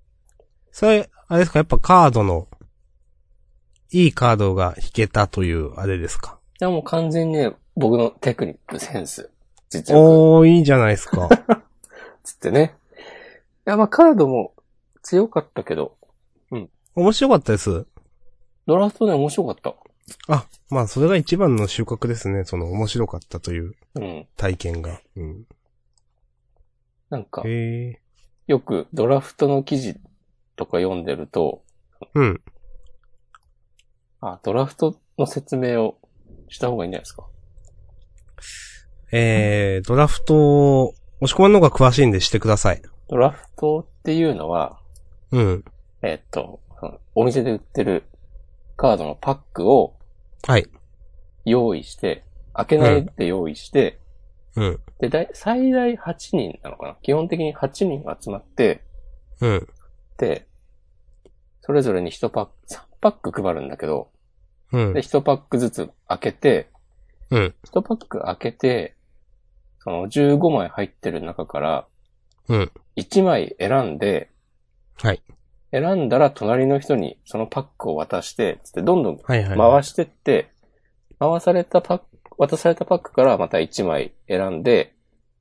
S2: それ、あれですかやっぱカードの、いいカードが引けたという、あれですか
S1: いや、もう完全にね、僕のテクニック、センス、実力
S2: おー、いいじゃないですか。
S1: つってね。いや、まあカードも強かったけど、
S2: 面白かったです。
S1: ドラフトね、面白かった。
S2: あ、まあ、それが一番の収穫ですね。その、面白かったという
S1: うん。
S2: 体験が。うん。
S1: なんか、
S2: へえ。
S1: よくドラフトの記事とか読んでると、
S2: うん。
S1: あ、ドラフトの説明をした方がいいんじゃないですか。
S2: えー、ドラフトを、押し込まんの方が詳しいんでしてください。
S1: ドラフトっていうのは、
S2: うん。
S1: えっと、そのお店で売ってるカードのパックを
S2: はい。
S1: 用意して、開けないで用意して、
S2: うん。
S1: で、だい最大8人なのかな基本的に8人が集まって、
S2: うん。
S1: で、それぞれに1パック、3パック配るんだけど、
S2: うん
S1: で、。一パックずつ開けて、
S2: うん。
S1: 一パック開けて、その15枚入ってる中から、
S2: うん。
S1: 1枚選んで、
S2: はい。
S1: 選んだら隣の人にそのパックを渡して、つってどんどん
S2: はいはい。
S1: 回してって、回されたパック、渡されたパックからまた1枚選んで、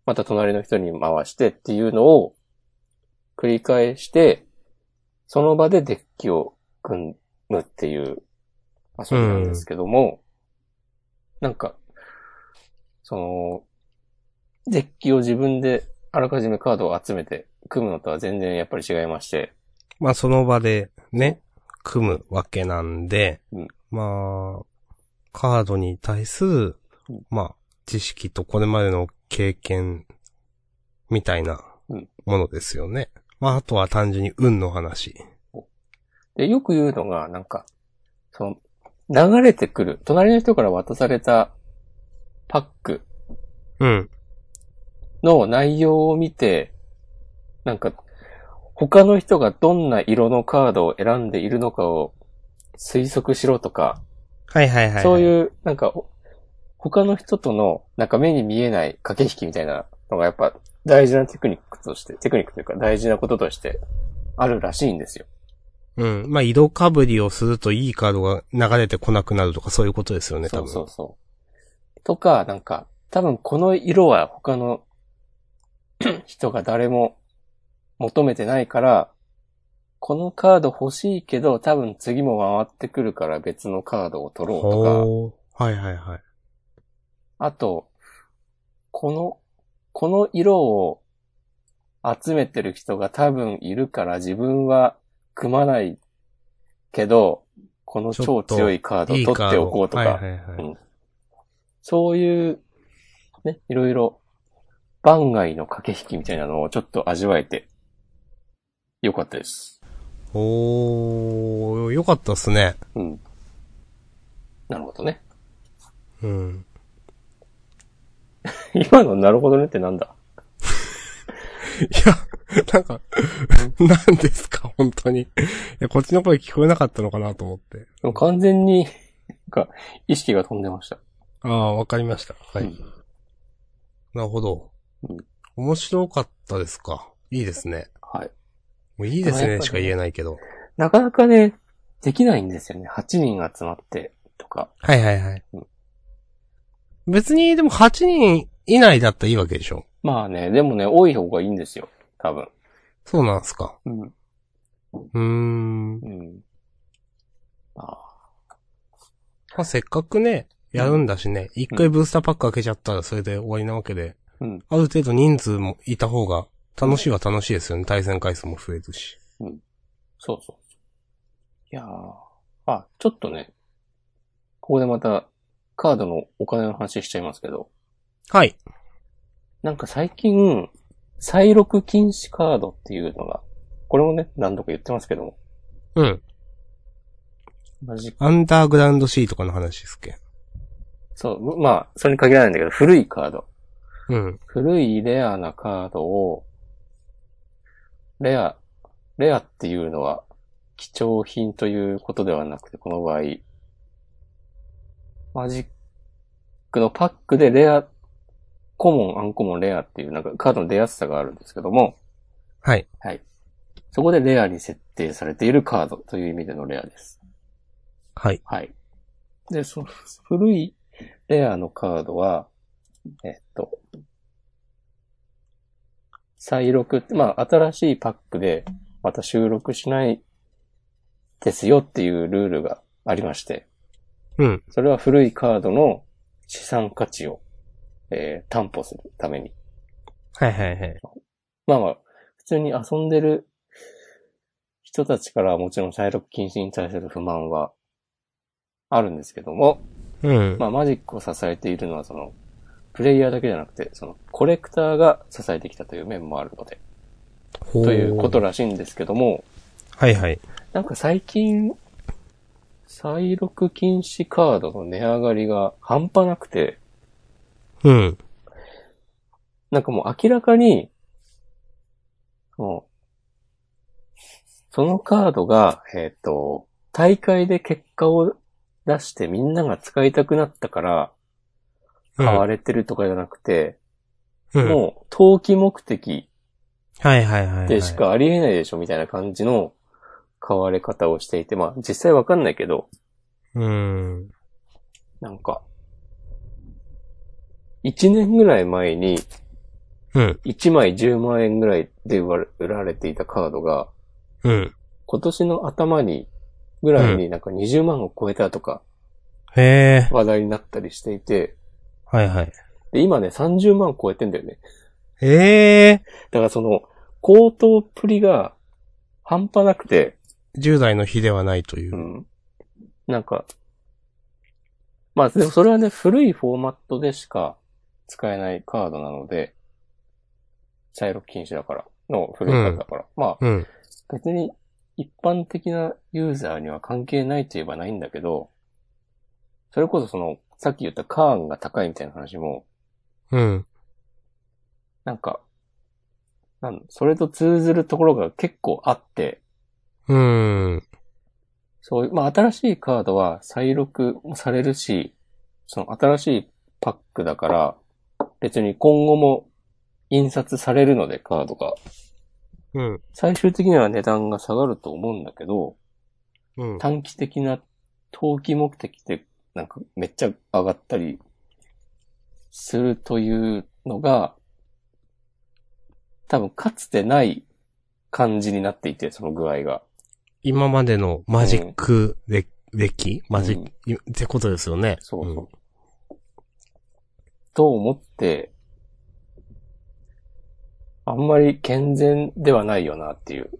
S1: また隣の人に回してっていうのを繰り返して、その場でデッキを組むっていう遊びなんですけども、なんか、その、デッキを自分であらかじめカードを集めて組むのとは全然やっぱり違いまして、
S2: まあその場でね、組むわけなんで、
S1: うん
S2: まあ、カードに対する
S1: うん、
S2: まあ、知識とこれまでの経験みたいな
S1: うん
S2: ものですよね。まああとは単純に運の話。
S1: で、よく言うのが、なんか、その、流れてくる、隣の人から渡されたパック
S2: うん。
S1: の内容を見て、なんか、他の人がどんな色のカードを選んでいるのかを推測しろとか、
S2: はいはいはい、はい。
S1: そう
S2: う。
S1: いう、なんか、ほ他の人との、なんか目に見えない駆け引きみたいなのがやっぱ大事なテクニックとして、テクニックというか大事なこととしてあるらしいんですよ。
S2: うん。まあ色かぶりをするといいカードが流れてこなくなるとかそういうことですよね、多
S1: そう
S2: 分。
S1: そうそう。とか、なんか、多分この色は他の 人が誰も求めてないから、このカード欲しいけど、多分次も回ってくるから別のカードを取ろうと
S2: ほう。はいはいはい。
S1: か、あと、この、この色を集めてる人が多分いるから自分は組まないけど、この超強いカード
S2: いいカ
S1: 取
S2: ード。
S1: っておこうとか、
S2: はいはいはい。
S1: そういう、ね、いろいろ、番外の駆け引きみたいなのをちょっと味わえて、よかったです。
S2: おー、よかったっすね。
S1: うん。なるほどね。
S2: うん。
S1: 今のなるほどねってなんだ
S2: いや、なんか、 なんですか、本当に。いや、こっちの声聞こえなかったのかなと思って。
S1: でも完全に、なんか、意識が飛んでました。
S2: ああ、わかりました。はい。
S1: うん
S2: なるほど
S1: うん。
S2: 面白かったですか。いいですね。
S1: はい。
S2: もういいです
S1: でもやっぱ
S2: ね
S1: り
S2: しか言えないけど。
S1: なかなかね、できないんですよね。8人集まって、とか。
S2: はいはいはい
S1: うん。
S2: 別に、でも8人以内だったらいいわけでしょ。
S1: まあね、でもね、多い方がいいんですよ。多分。
S2: そうなんすか。
S1: うん。
S2: うーん。ま
S1: うん。あ
S2: あ、せっかくね、やるんだしね、一回ブースターパック開けちゃったらそれで終わりなわけで。
S1: うん。
S2: ある程度人数もいた方が楽しいは楽しいですよね。対戦回数も増えるし。
S1: そうそうそう。いやー。あ、ちょっとね、ここでまたカードのお金の話しちゃいますけど、
S2: はい。
S1: なんか最近、再録禁止カードっていうのが、これもね、何度か言ってますけども、
S2: うん。
S1: マジ
S2: アンダーグラウンド C とかの話ですっけ。
S1: そう、まあ、それに限らないんだけど、古いカード。
S2: うん。
S1: 古いレアなカードを、レア、レアっていうのは、貴重品ということではなくて、この場合、マジックのパックでレア、コモン、アンコモン、レアっていう、なんかカードの出やすさがあるんですけども、
S2: はい。
S1: そこでレアに設定されているカードという意味でのレアです。
S2: はい。
S1: はい。で、その古いレアのカードは、えっと、再録って、まあ、新しいパックでまた収録しないですよっていうルールがありまして、
S2: うん。
S1: それは古いカードの資産価値を、えー担保するために。
S2: はいはいはい。
S1: まあまあ、普通に遊んでる人たちからはもちろん再録禁止に対する不満はあるんですけども、
S2: うん。
S1: まあ、マジックを支えているのは、その、プレイヤーだけじゃなくて、その、コレクターが支えてきたという面もあるので、
S2: ほー
S1: ということ。らしいんですけども、
S2: はいはい。
S1: なんか最近、再録禁止カードの値上がりが半端なくて、
S2: うん。
S1: なんかもう明らかに、もう、そのカードが、えっ、と、大会で結果を出してみんなが使いたくなったから、
S2: うん
S1: 買われてるとかじゃなくて、
S2: うん
S1: もう、投機目的
S2: はいはいはいはい。
S1: でしかありえないでしょみたいな感じの買われ方をしていて、まあ実際わかんないけど、
S2: うん。
S1: なんか、1年ぐらい前に
S2: うん。
S1: 1枚10万円ぐらいで売ら売られていたカードが、
S2: うん。
S1: 今年の頭に、ぐらいになんか20万を超えたとか
S2: へえ。
S1: 話題になったりしていて、
S2: はいはい。
S1: で、今ね30万超えてんだよね。
S2: ええ。
S1: だからその、高騰っぷりが半端なくて、
S2: 10代の日ではないというう。
S1: ん。なんか、まあでもそれはね、古いフォーマットでしか使えないカードなので、茶色禁止だから、の古いカードだから。まあ
S2: うん。
S1: 別に一般的なユーザーには関係ないと言えばないんだけど、それこそその、さっき言ったカーンが高いみたいな話も、
S2: うん。
S1: なんか、なんそれと通ずるところが結構あって、
S2: うん。
S1: そういう、まあ、新しいカードは再録もされるし、その新しいパックだから、別に今後も印刷されるので、カードが。
S2: うん。
S1: 最終的には値段が下がると思うんだけど、
S2: うん。
S1: 短期的な投機目的で、なんかめっちゃ上がったりするというのが、多分かつてない感じになっていて、その具合が。
S2: 今までのマジックレ歴マジック、いってことですよね。
S1: そうそう。と思って、あんまり健全ではないよなっていう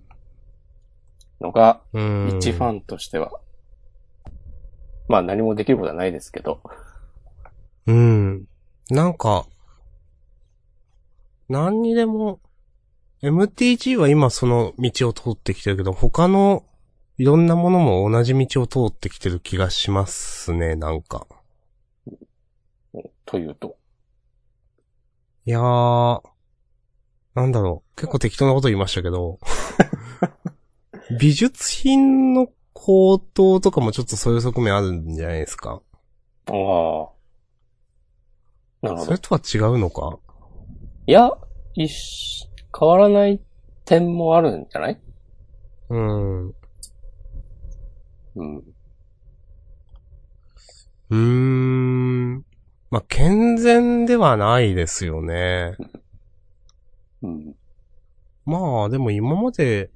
S1: のが、
S2: うん。うん。
S1: 一ファンとしては。まあ何もできることはないですけど。
S2: うん。なんか、何にでも、MTG は今その道を通ってきてるけど、他のいろんなものも同じ道を通ってきてる気がしますね、なんか。
S1: というと。
S2: いやー、なんだろう。結構適当なこと言いました けど、美術品の高騰とかもちょっとそういう側面あるんじゃないですか。
S1: ああ。なるほ
S2: そ
S1: ど。
S2: れ
S1: い
S2: とは違うのか
S1: や、一緒変わらない点もあるんじゃない
S2: うん。
S1: うん。
S2: うーん。まあ、健全ではないですよね。
S1: うん。
S2: まあ、でも今まで、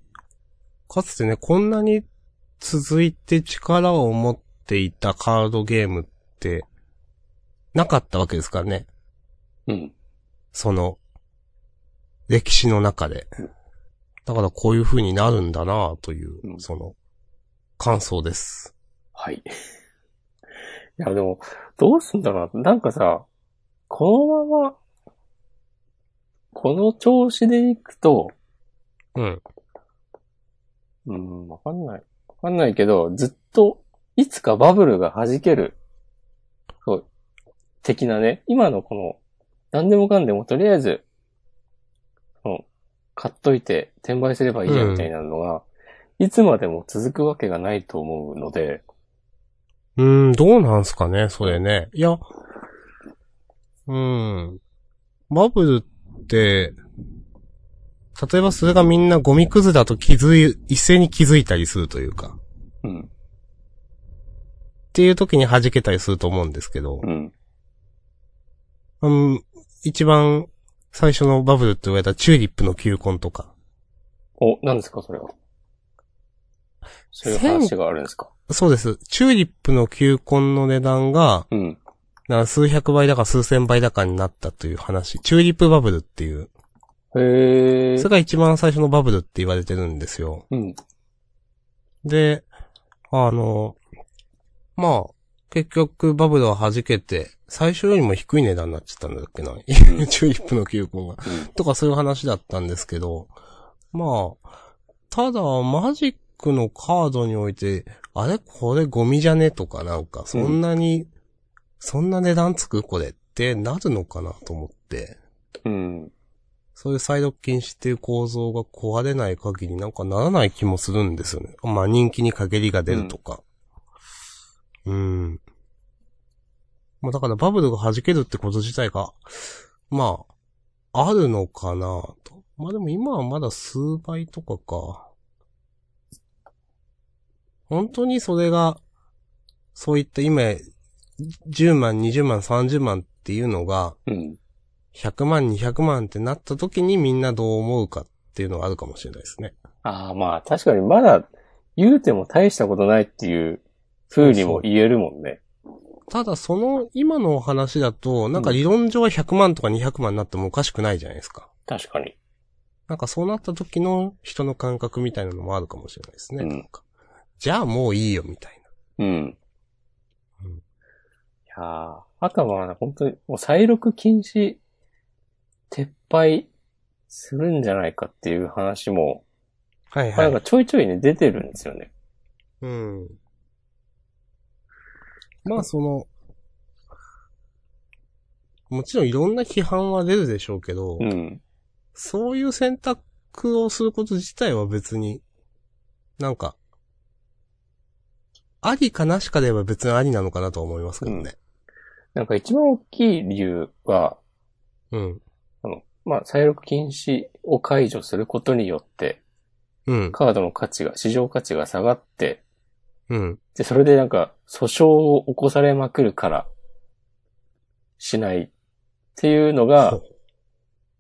S2: かつてね、こんなに続いて力を持っていたカードゲームって、なかったわけですからね。
S1: うん。
S2: その、歴史の中で
S1: うん。
S2: だからこういう風になるんだなという
S1: う、ん
S2: その、感想です。
S1: はい。いや、でも、どうすんだろうな。なんかさ、このまま、この調子でいくと、
S2: うん。
S1: うん、わかんない。わかんないけど、ずっと、いつかバブルが弾ける、そう、的なね、今のこの、何でもかんでもとりあえず、うん、買っといて、転売すればいいや、
S2: うん
S1: みたいなのが、いつまでも続くわけがないと思うので、
S2: うーん、どうなんすかね、それね。いや、うーん。バブルって、例えばそれがみんなゴミくずだと気づい、一斉に気づいたりするというか、
S1: うん、
S2: っていう時に弾けたりすると思うんですけど、
S1: うん、
S2: うん、一番最初のバブルって言われたチューリップの球根とか、
S1: お、何ですか、それは。そういう話があるんですか。
S2: そうです。チューリップの球根の値段が、
S1: うん。
S2: なんか数百倍だか数千倍だかになったという話。チューリップバブルっていう。
S1: へえ
S2: それ。が一番最初のバブルって言われてるんですよ。
S1: うん、
S2: で、あの、まあ、結局バブルは弾けて、最初よりも低い値段になっちゃったんだっけな。チューリップの球根が。とかそういう話だったんですけど、まあ、ただ、マジックのカードにおいて、あれこれゴミじゃねとかなんか、そんなに、そんな値段つくこれってなるのかなと思って、
S1: うん、
S2: そういう再読禁止っていう構造が壊れない限りなんかならない気もするんですよね。まあ人気に限りが出るとか。うん。まあだからバブルが弾けるってこと自体が、まあ、あるのかなと。まあでも今はまだ数倍とかか。本当にそれが、そういった今、10万、20万、30万っていうのが、
S1: うん。
S2: 100万、200万ってなった時にみんなどう思うかっていうのはあるかもしれないですね。
S1: ああ、まあ確かにまだ言うても大したことないっていう風にも言えるもんね。
S2: ただその今のお話だと、なんか理論上は100万とか200万になってもおかしくないじゃないですか。
S1: 確かに。
S2: なんかそうなった時の人の感覚みたいなのもあるかもしれないですね。
S1: うん
S2: なんかじゃあもういいよみたい
S1: うん。
S2: うん
S1: いやーあとはまあ本当にもう再録禁止撤廃するんじゃないかっていう話も、
S2: な。はい
S1: まあ
S2: は
S1: なん
S2: い。
S1: かちょいちょいね出てるんですよね。
S2: うん。まあその、もちろんいろんな批判は出るでしょうけど、
S1: うん。
S2: そういう選択をすること自体は別に、なんか、ありかなしかで言えば別にありなのかなとは思いますけどね。
S1: なんか一番大きい理由は、
S2: うん。
S1: あの、まあ、再録禁止を解除することによって、
S2: うん。
S1: カードの価値が、市場価値が下がって、
S2: うん。
S1: で、それでなんか、訴訟を起こされまくるから、しないっていうの
S2: そ
S1: が
S2: う、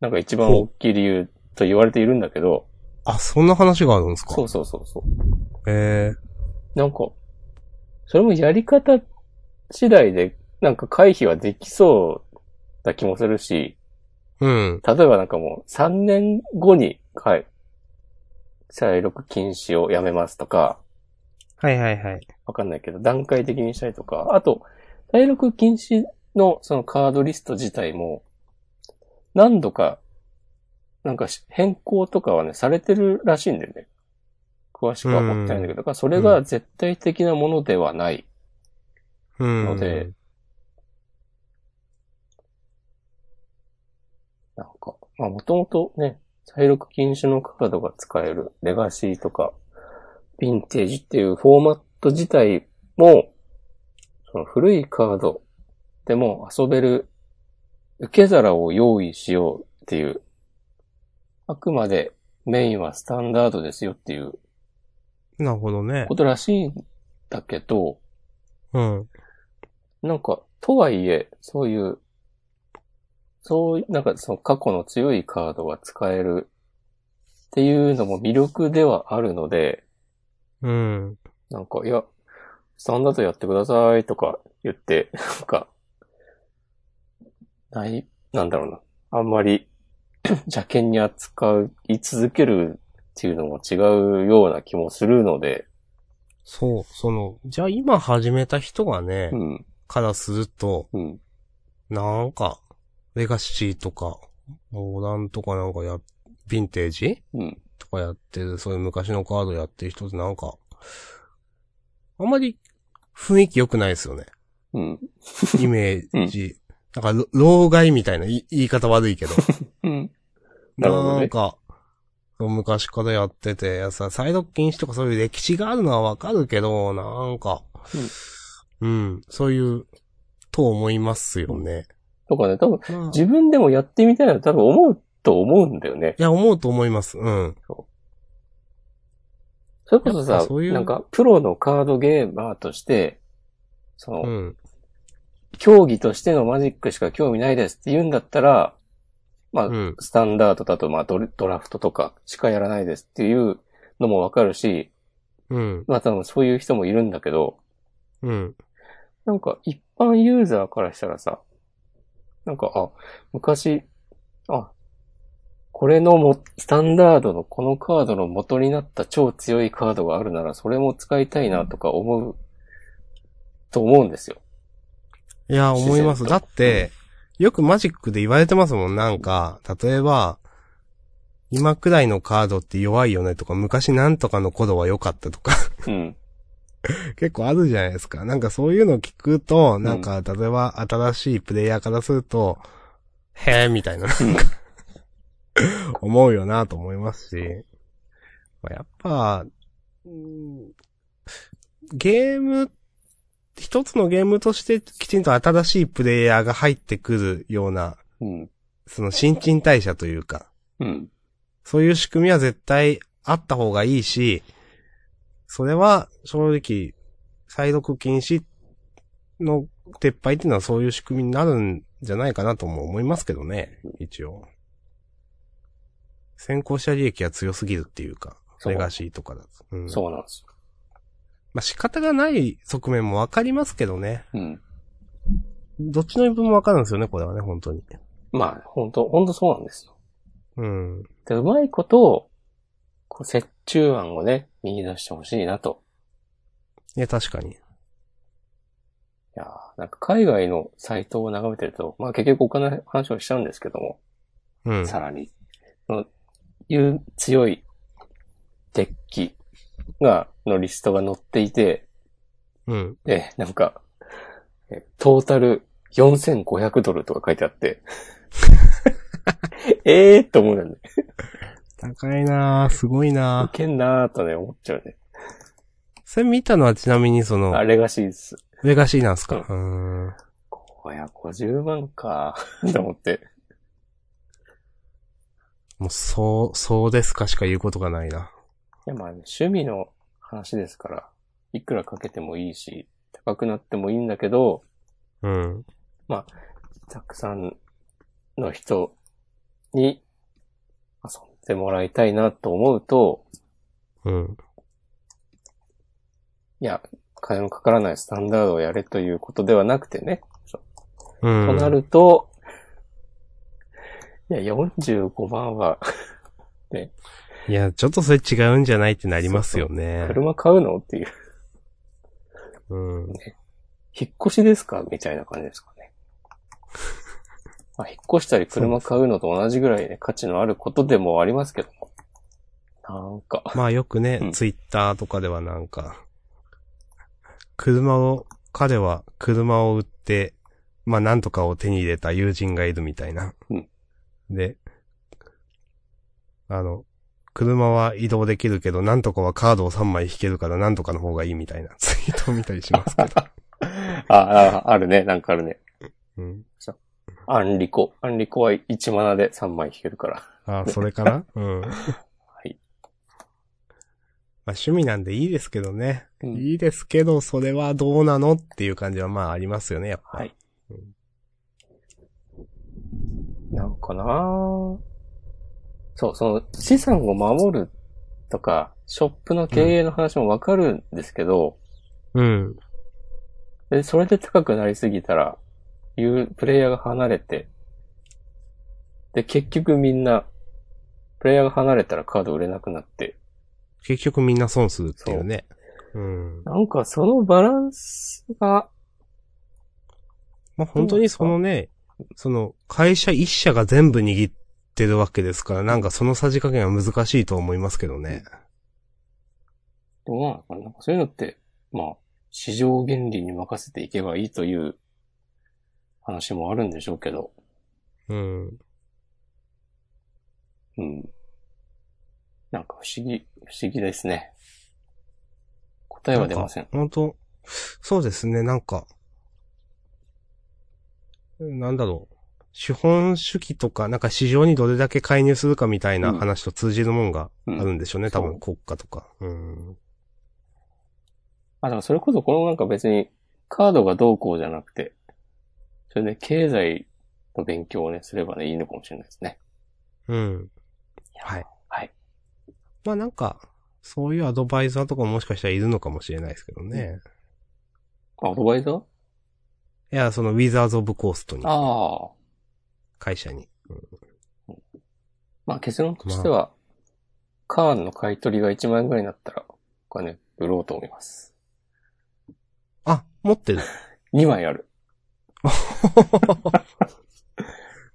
S1: なんか一番大きい理由と言われているんだけど、
S2: あ、そんな話があるんですか
S1: そうそうそうそ
S2: え
S1: う。なんか、それもやり方次第で、なんか回避はできそうな気もするし、
S2: えうん。
S1: 例えばなんかもう3年後に、はい、再録禁止をやめますとか、
S2: はいはいはい。
S1: わかんないけど、段階的にしたりとか、あと、再録禁止のそのカードリスト自体も、何度か、なんかし変更とかはね、されてるらしいんだよね。詳しくは分かってないんだけど、だからそれが絶対的なものではない。
S2: うん。
S1: のでなんか、まあもともとね、再録禁止のカードが使えるレガシーとか、ヴィンテージっていうフォーマット自体も、その古いカードでも遊べる受け皿を用意しようっていう、あくまでメインはスタンダードですよっていう
S2: なるほどね
S1: こ。とらしいんだけど、
S2: うん。
S1: なんか、とはいえ、そういう、そういう、なんかその過去の強いカードが使えるっていうのも魅力ではあるので、
S2: うん。
S1: なんか、いや、スタンダードやってくださいとか言って、 なんか、ない、なんだろうな。あんまり、 邪険に扱い続けるっていうのも違うような気もするので、
S2: そう、その、じゃあ今始めた人がね、
S1: うん、
S2: からすると、
S1: うん、
S2: なんか、レガシーとか、モダンとかなんかや、ヴィンテージ
S1: うん、
S2: とかやってる、そういう昔のカードやってる人ってなんか、あんまり雰囲気良くないですよね。
S1: うん、
S2: イメージ。なんか、ろ老害みたいない言い方悪いけど。
S1: うん、 なるほどね
S2: なんか、昔からやってて、やさ、再読禁止とかそういう歴史があるのはわかるけど、なんか、うん、そういう、と思いますよね。
S1: とかね、多分、
S2: まあ、い
S1: 自分でもやってみたいなの多分思うと思うんだよね。
S2: や、思うと思います。うん。
S1: それこそ
S2: やっ
S1: さ、
S2: ぱそういう
S1: なんか、プロのカードゲーマーとして、その、
S2: うん。
S1: 競技としてのマジックしか興味ないですって言うんだったら、まあ、
S2: うん
S1: スタンダードだと、まあドリ、ドラフトとかしかやらないですっていうのもわかるし、
S2: うん。
S1: まあ多分そういう人もいるんだけど、
S2: うん。
S1: なんか一般ユーザーからしたらさ、なんか、あ、昔、あ、これのも、スタンダードのこのカードの元になった超強いカードがあるなら、それも使いたいなとか思う、と思うんですよ。
S2: いや、思います。
S1: 自
S2: だ
S1: 然と
S2: って、よくマジックで言われてますもん。なんか、例えば、今くらいのカードって弱いよねとか、昔なんとかの頃は良かったとか、
S1: うん。
S2: 結構あるじゃないですか。なんかそういうのを聞くと、なんか、例えば新しいプレイヤーからすると、へえ、みたいな、なんか、思うよなと思いますし、まあやっぱ、うんゲーム一つのゲームとしてきちんと新しいプレイヤーが入ってくるような、
S1: うん。
S2: その新陳代謝というか、
S1: うん。
S2: そういう仕組みは絶対あった方がいいし、それは正直、再読禁止の撤廃っていうのはそういう仕組みになるんじゃないかなとも思いますけどね、一応。先行者利益が強すぎるっていうか、
S1: そう
S2: レガシーとかだと。うん
S1: そうなんです
S2: まあ仕方がない側面もわかりますけどね。
S1: よ。うん。
S2: どっちの言い分もわかるんですよね、これはね、本当に。
S1: まあ、本当本当そうなんですよ。
S2: うん。
S1: で、うまいこと、こう、折衷案をね、見出してほしいなと。
S2: いや、確かに。
S1: いやーなんか海外のサイトを眺めてると、まあ結局お金の話をしちゃうんですけども、
S2: うん。
S1: さらに。そのいう強いデッキが、のリストが載っていて、
S2: うん。
S1: で、なんか、えトータル4500ドルとか書いてあ って、ええーと思うよね。
S2: 高いなぁ、すごいなぁ
S1: い。けんなーとね、思っちゃうね。
S2: それ見たのはちなみにその
S1: あ、、レガシーです。
S2: レガシーなんですか。うーん。
S1: 550万か、と思って。
S2: もう、そう、そうですかしか言うことがないな。
S1: いや、まあ、趣味の話ですから、いくらかけてもいいし、高くなってもいいんだけど、
S2: うん。
S1: たくさんの人に遊んでもらいたいなと思うと、
S2: うん。
S1: いや、金のかからないスタンダードをやれということではなくてね、
S2: うん。
S1: となると、いや、45万は
S2: いや、ちょっとそれ違うんじゃないってなりますよね。
S1: 車買うのっていう、
S2: うん。
S1: 引っ越しですかみたいな感じですかね。まあ、引っ越したり車買うのと同じぐらいね、価値のあることでもありますけども。なんか、
S2: まあよくね、
S1: うん
S2: ツイッターとかではなんか、車を、彼は車を売って、まあなんとかを手に入れた友人がいるみたいな。
S1: うん
S2: で、あの、車は移動できるけど、なんとかはカードを3枚引けるからなんとかの方がいいみたいな ツイートを見たりし ますけど。
S1: あ、あ、あるね、なんかあるね。
S2: うん。
S1: アンリコ。アンリコは1マナで3枚引けるから。。
S2: ああ、それかなうん。はいまあ趣味なんでいいですけどね。
S1: うん
S2: いいですけど、それはどうなのっていう感じはまあありますよね、やっぱ。
S1: はい。なんかなぁそう、その資産を守るとか、ショップの経営の話もわかるんですけど、
S2: うん。
S1: でそれで高くなりすぎたら、いうプレイヤーが離れて、で、結局みんな、プレイヤーが離れたらカード売れなくなって、
S2: 結局みんな損するっていうね。うん。
S1: なんかそのバランスが、
S2: まあ本当にそのね、その会社一社が全部握ってるわけですから、なんかそのさじ加減は難しいと思いますけどね。
S1: どうなのかななんかそういうのって、まあ、市場原理に任せていけばいいという話もあるんでしょうけど、
S2: うん。
S1: うん。なんか不思議、不思議ですね。答えは出ません。
S2: 本当そうですね、なんか、なんだろう。資本主義とか、なんか市場にどれだけ介入するかみたいな話と通じるもんが
S1: う
S2: あ
S1: ん。
S2: るんでしょう
S1: う
S2: ね、
S1: ん
S2: 多
S1: そ
S2: 分
S1: う
S2: 国家とか。うん。
S1: あ、だからそれこそこのなんか別にカードがどうこうじゃなくて、それで経済の勉強をね、すればね、いいのかもしれないですね。
S2: うん。はい。
S1: はい。
S2: まあなんか、そういうアドバイザーとかももしかしたらいるのかもしれないですけどね。
S1: あアドバイザー
S2: いや、そのウィザーズ・オブ・コーストに、
S1: ああ。
S2: 会社に。
S1: まあ結論としては、カーンの買い取りが1万円ぐらいになったら、これね、売ろうと思います。
S2: あ、持って る。
S1: 2枚ある。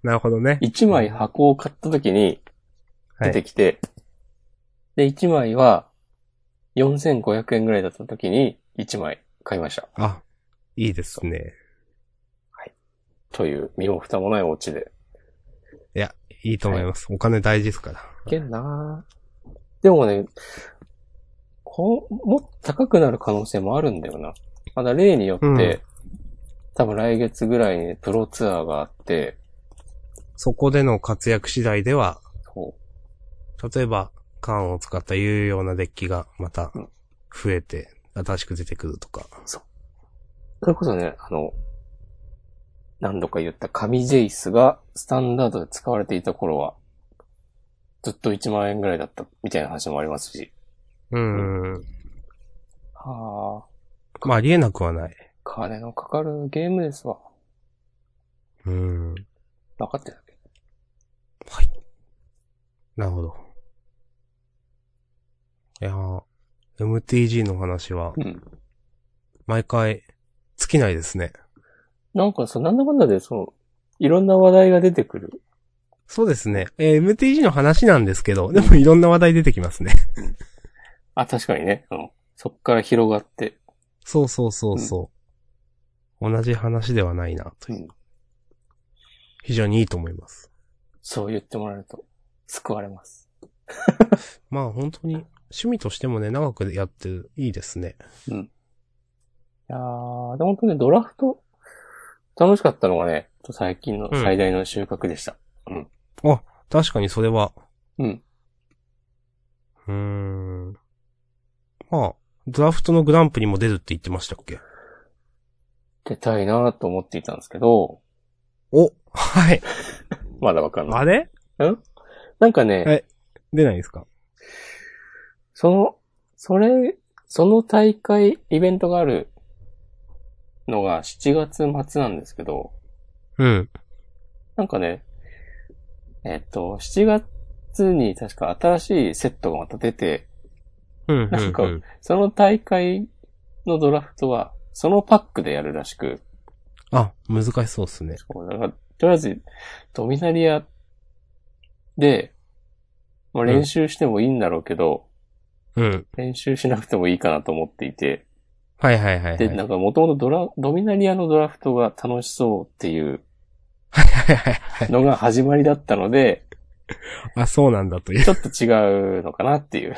S2: なるほどね。
S1: 1枚箱を買った時に
S2: は
S1: 出
S2: い
S1: てきて、で、1枚は4500円ぐらいだった時に1枚買いました。
S2: あ、いいですね。
S1: という身も蓋もないオチで。
S2: いや、いいと思います。お金大事ですから。
S1: いけんなぁでもね、こう、もっと高くなる可能性もあるんだよな。あの、例によって、
S2: うん
S1: 多分来月ぐらいにプロツアーがあって、
S2: そこでの活躍次第では、
S1: そ
S2: 例えば、缶を使った有用なデッキがまた
S1: うん
S2: 増えて、新しく出てくるとか。
S1: う。それこそね、あの、何度か言った紙ジェイスがスタンダードで使われていた頃は、ずっと1万円ぐらいだったみたいな話もありますし。
S2: うん。
S1: はあ、
S2: まあ、ありえなくはない。
S1: 金のかかるゲームですわ。
S2: うん。
S1: 分かってたけど。
S2: なるほど。いやー、MTG の話は、
S1: うん。
S2: 毎回、尽きないですね。
S1: なんかそう、なんだかんだで、その、いろんな話題が出てくる。
S2: そうですね。えー MTG の話なんですけど、でもいろんな話題出てきますね。
S1: あ、確かにね。うん。そっから広がって。
S2: そうそうそうそう。同じ話ではないな、とい
S1: う
S2: う。
S1: ん
S2: 非常にいいと思います。
S1: そう言ってもらえると、救われます。
S2: まあ本当に、趣味としてもね、長くやってる、いいですね。
S1: いやー、でも本当ね、ドラフト、楽しかったのがね、最近の最大の収穫でした。
S2: 確かにそれは。
S1: うん。
S2: うーん。まあ、ドラフトのグランプリも出るって言ってましたっけ
S1: 出たいなーと思っていたんですけど、
S2: おはい。
S1: まだわかんない。
S2: あれ
S1: なんかね、
S2: はい出ないですか
S1: その、それ、その大会、イベントがあるのが7月末なんですけど、
S2: うん。
S1: なんかね、えっと、7月に確か新しいセットがまた出て、
S2: うん、うん。
S1: なんか
S2: うん
S1: その大会のドラフトは、そのパックでやるらしく、
S2: あ、難しそうですね。
S1: そうだからとりあえず、ドミナリアで、まあ、
S2: うん
S1: 練習してもいいんだろうけど、
S2: うん。
S1: 練習しなくてもいいかなと思っていて、
S2: はいはいはい、はい。
S1: で、なんかもともとドラ、ドミナリアのドラフトが楽しそうっていう
S2: はいはいはい。
S1: のが始まりだったの で、
S2: あ、そうなんだという。
S1: ちょっと違うのかなっていう。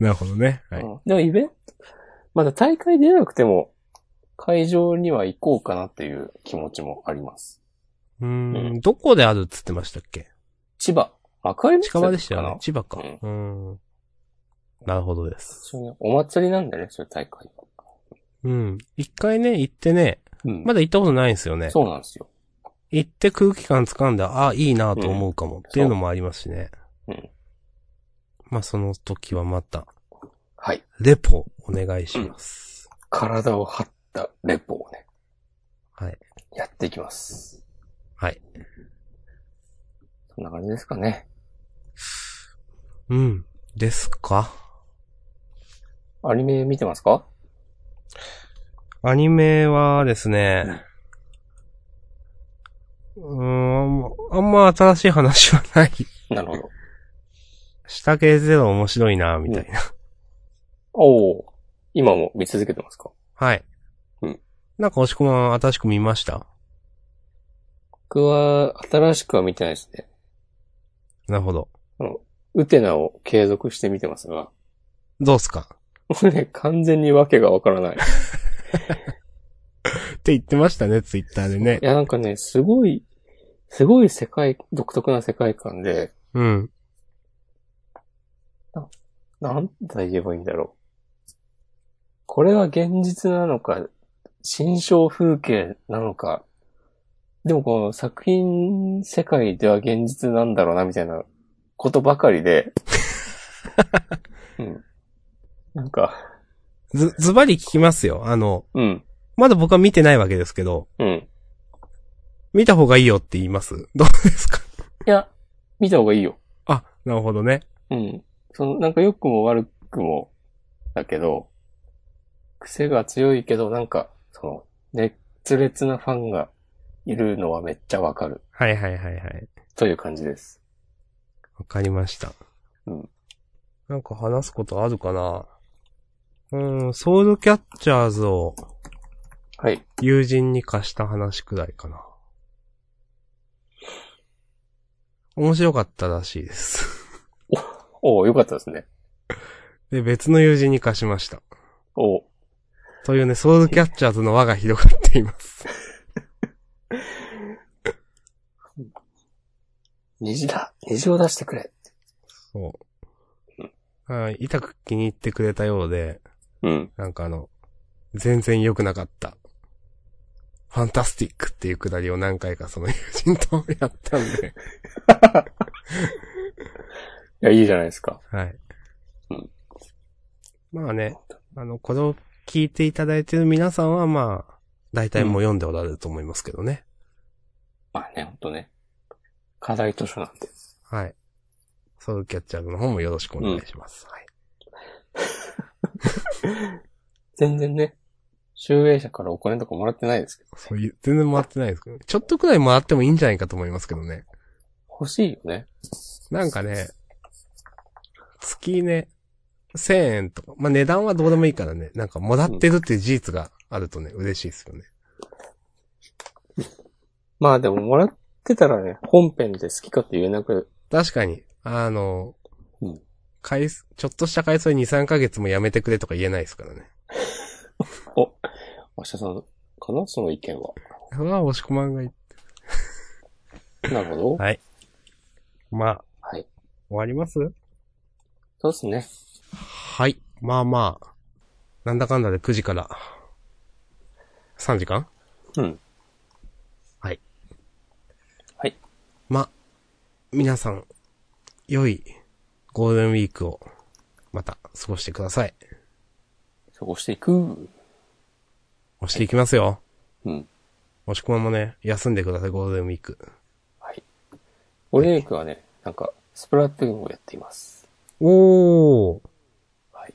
S2: なるほどね。はい。
S1: うんでもイベント、まだ大会出なくても、会場には行こうかなっていう気持ちもあります。
S2: うーん。どこであるっつってましたっけ
S1: 千葉。幕張メッセ
S2: 近場でしたよ
S1: か
S2: ね
S1: な。
S2: 千葉か。うーん。なるほどです。
S1: そうねお祭りなんだね、そういう大会は。
S2: うん。一回ね、行ってね、
S1: うん
S2: まだ行ったことないんですよね。
S1: そうなんですよ。
S2: 行って空気感掴んで、ああ、いいなと思うかもっていうのもありますしね。
S1: そううん
S2: まあその時はまた、
S1: はい。
S2: レポお願いします。
S1: 体を張ったレポをね、
S2: はい。
S1: やっていきます。
S2: はい。
S1: そんな感じですかね。
S2: うん。ですか
S1: アニメ見てますか
S2: アニメはですね、うーん、あんま新しい話はない。
S1: なるほ ど。
S2: 下系ゼロ面白いな、みたいな。
S1: おお今も見続けてますか
S2: はい。
S1: うん
S2: なんか、押し込まん新しく見ました
S1: 僕は、新しくは見てないですね。
S2: なるほど。
S1: ウテナを継続して見てますが、
S2: どうっすか
S1: これね、完全に訳がわからない。
S2: って言ってましたね、ツイッターでね
S1: い。や、なんかね、すごい、すごい世界、独特な世界観で、
S2: うん。
S1: なんて言えばいいんだろう。これは現実なのか、新象風景なのか、でもこの作品世界では現実なんだろうな、みたいなことばかり で、うん。なんか、
S2: ず、ズバリ聞きますよ。あの、
S1: うん、
S2: まだ僕は見てないわけですけど、
S1: うん。
S2: 見た方がいいよって言います。どうですか
S1: いや、見た方がいいよ。
S2: あ、なるほどね。
S1: うん。その、なんか良くも悪くも、だけど、癖が強いけど、なんか、その、熱烈なファンがいるのはめっちゃわかる。
S2: はいはいはいはい。
S1: という感じです。
S2: わかりました。
S1: うん。
S2: なんか話すことあるかなうん、ソウルキャッチャーズを
S1: はい。
S2: 友人に貸した話くらいかな。面白かったらしいです。
S1: おおよかったですね。
S2: で、別の友人に貸しました。
S1: おお
S2: というね、ソードキャッチャーズの輪が広がっています。
S1: 虹だ虹を出してくれ
S2: そう。 はい、痛く気に入ってくれたようで、
S1: うん。
S2: なんかあの、全然良くなかった。ファンタスティックっていうくだりを何回かその友人とやったん で。
S1: いや、いいじゃないですか。
S2: はい。
S1: うん
S2: まあね、あの、これを聞いていただいてる皆さんはまあ、大体もう読んでおられると思いますけどね。
S1: まあね、ほんとね。課題図書なんて。
S2: はい。ソウルキャッチャーズの方もよろしくお願いします。はい。
S1: 全然ね、集英者からお金とかもらってないですけど、
S2: そういう、全然回ってないですけど、ね、ちょっとくらい回ってもいいんじゃないかと思いますけどね。
S1: 欲しいよね。
S2: なんかね、月ね、1000円とか、まあ、値段はどうでもいいからね、なんかもらってるっていう事実があるとね、嬉しいですよね。
S1: まあでももらってたらね、本編で好きかって言えなく、
S2: 確かに、あの、
S1: うん
S2: 回数、ちょっとした回数2、3ヶ月もやめてくれとか言えないですからね。
S1: 明日さんかなその意見は。
S2: それは押し込まんが言って
S1: なるほど。
S2: はいまあ、
S1: はい。
S2: 終わります
S1: そうですね。
S2: はい。まあまあ、なんだかんだで9時から、3時間
S1: うん。
S2: はい。
S1: はい。
S2: ま、皆さん、良いゴールデンウィークをまた過ごしてください。
S1: 過ごしていく。
S2: 押していきますよ。
S1: うん。
S2: 押し込まもね、休んでください、ゴールデンウィーク。
S1: はい。ゴールデンウィークはね、なんか、スプラトゥーンをやっています。
S2: おー。
S1: はい。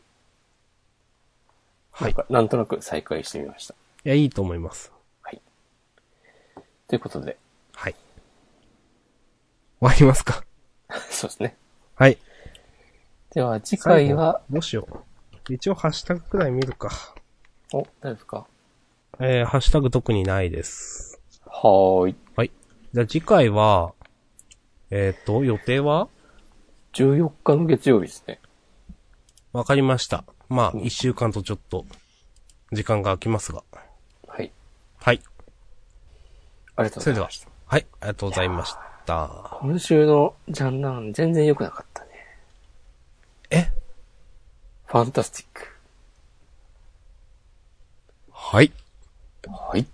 S2: はい
S1: なんかなんとなく再開してみました。
S2: いや、いいと思います。
S1: ということで、
S2: はい。終わりますか。
S1: そうですね。
S2: はい。
S1: では、次回は、
S2: どうしよう。一応、ハッシュタグくらい見るか。
S1: お、大丈夫ですか
S2: えー、ハッシュタグ特にないです。
S1: はーい。
S2: じゃあ次回は、えっ、と、予定は
S1: 14日の月曜日ですね。
S2: わかりました。まあ、
S1: うん
S2: 一週間とちょっと、時間が空きますが。
S1: はい。
S2: はい。
S1: ありがとう
S2: そ
S1: ござ
S2: れで
S1: い
S2: は
S1: ました。、
S2: はい、ありがとうございました。
S1: 今週のジャンナン全然良くなかったね。
S2: え
S1: ファンタスティック。
S2: はい。
S1: はい。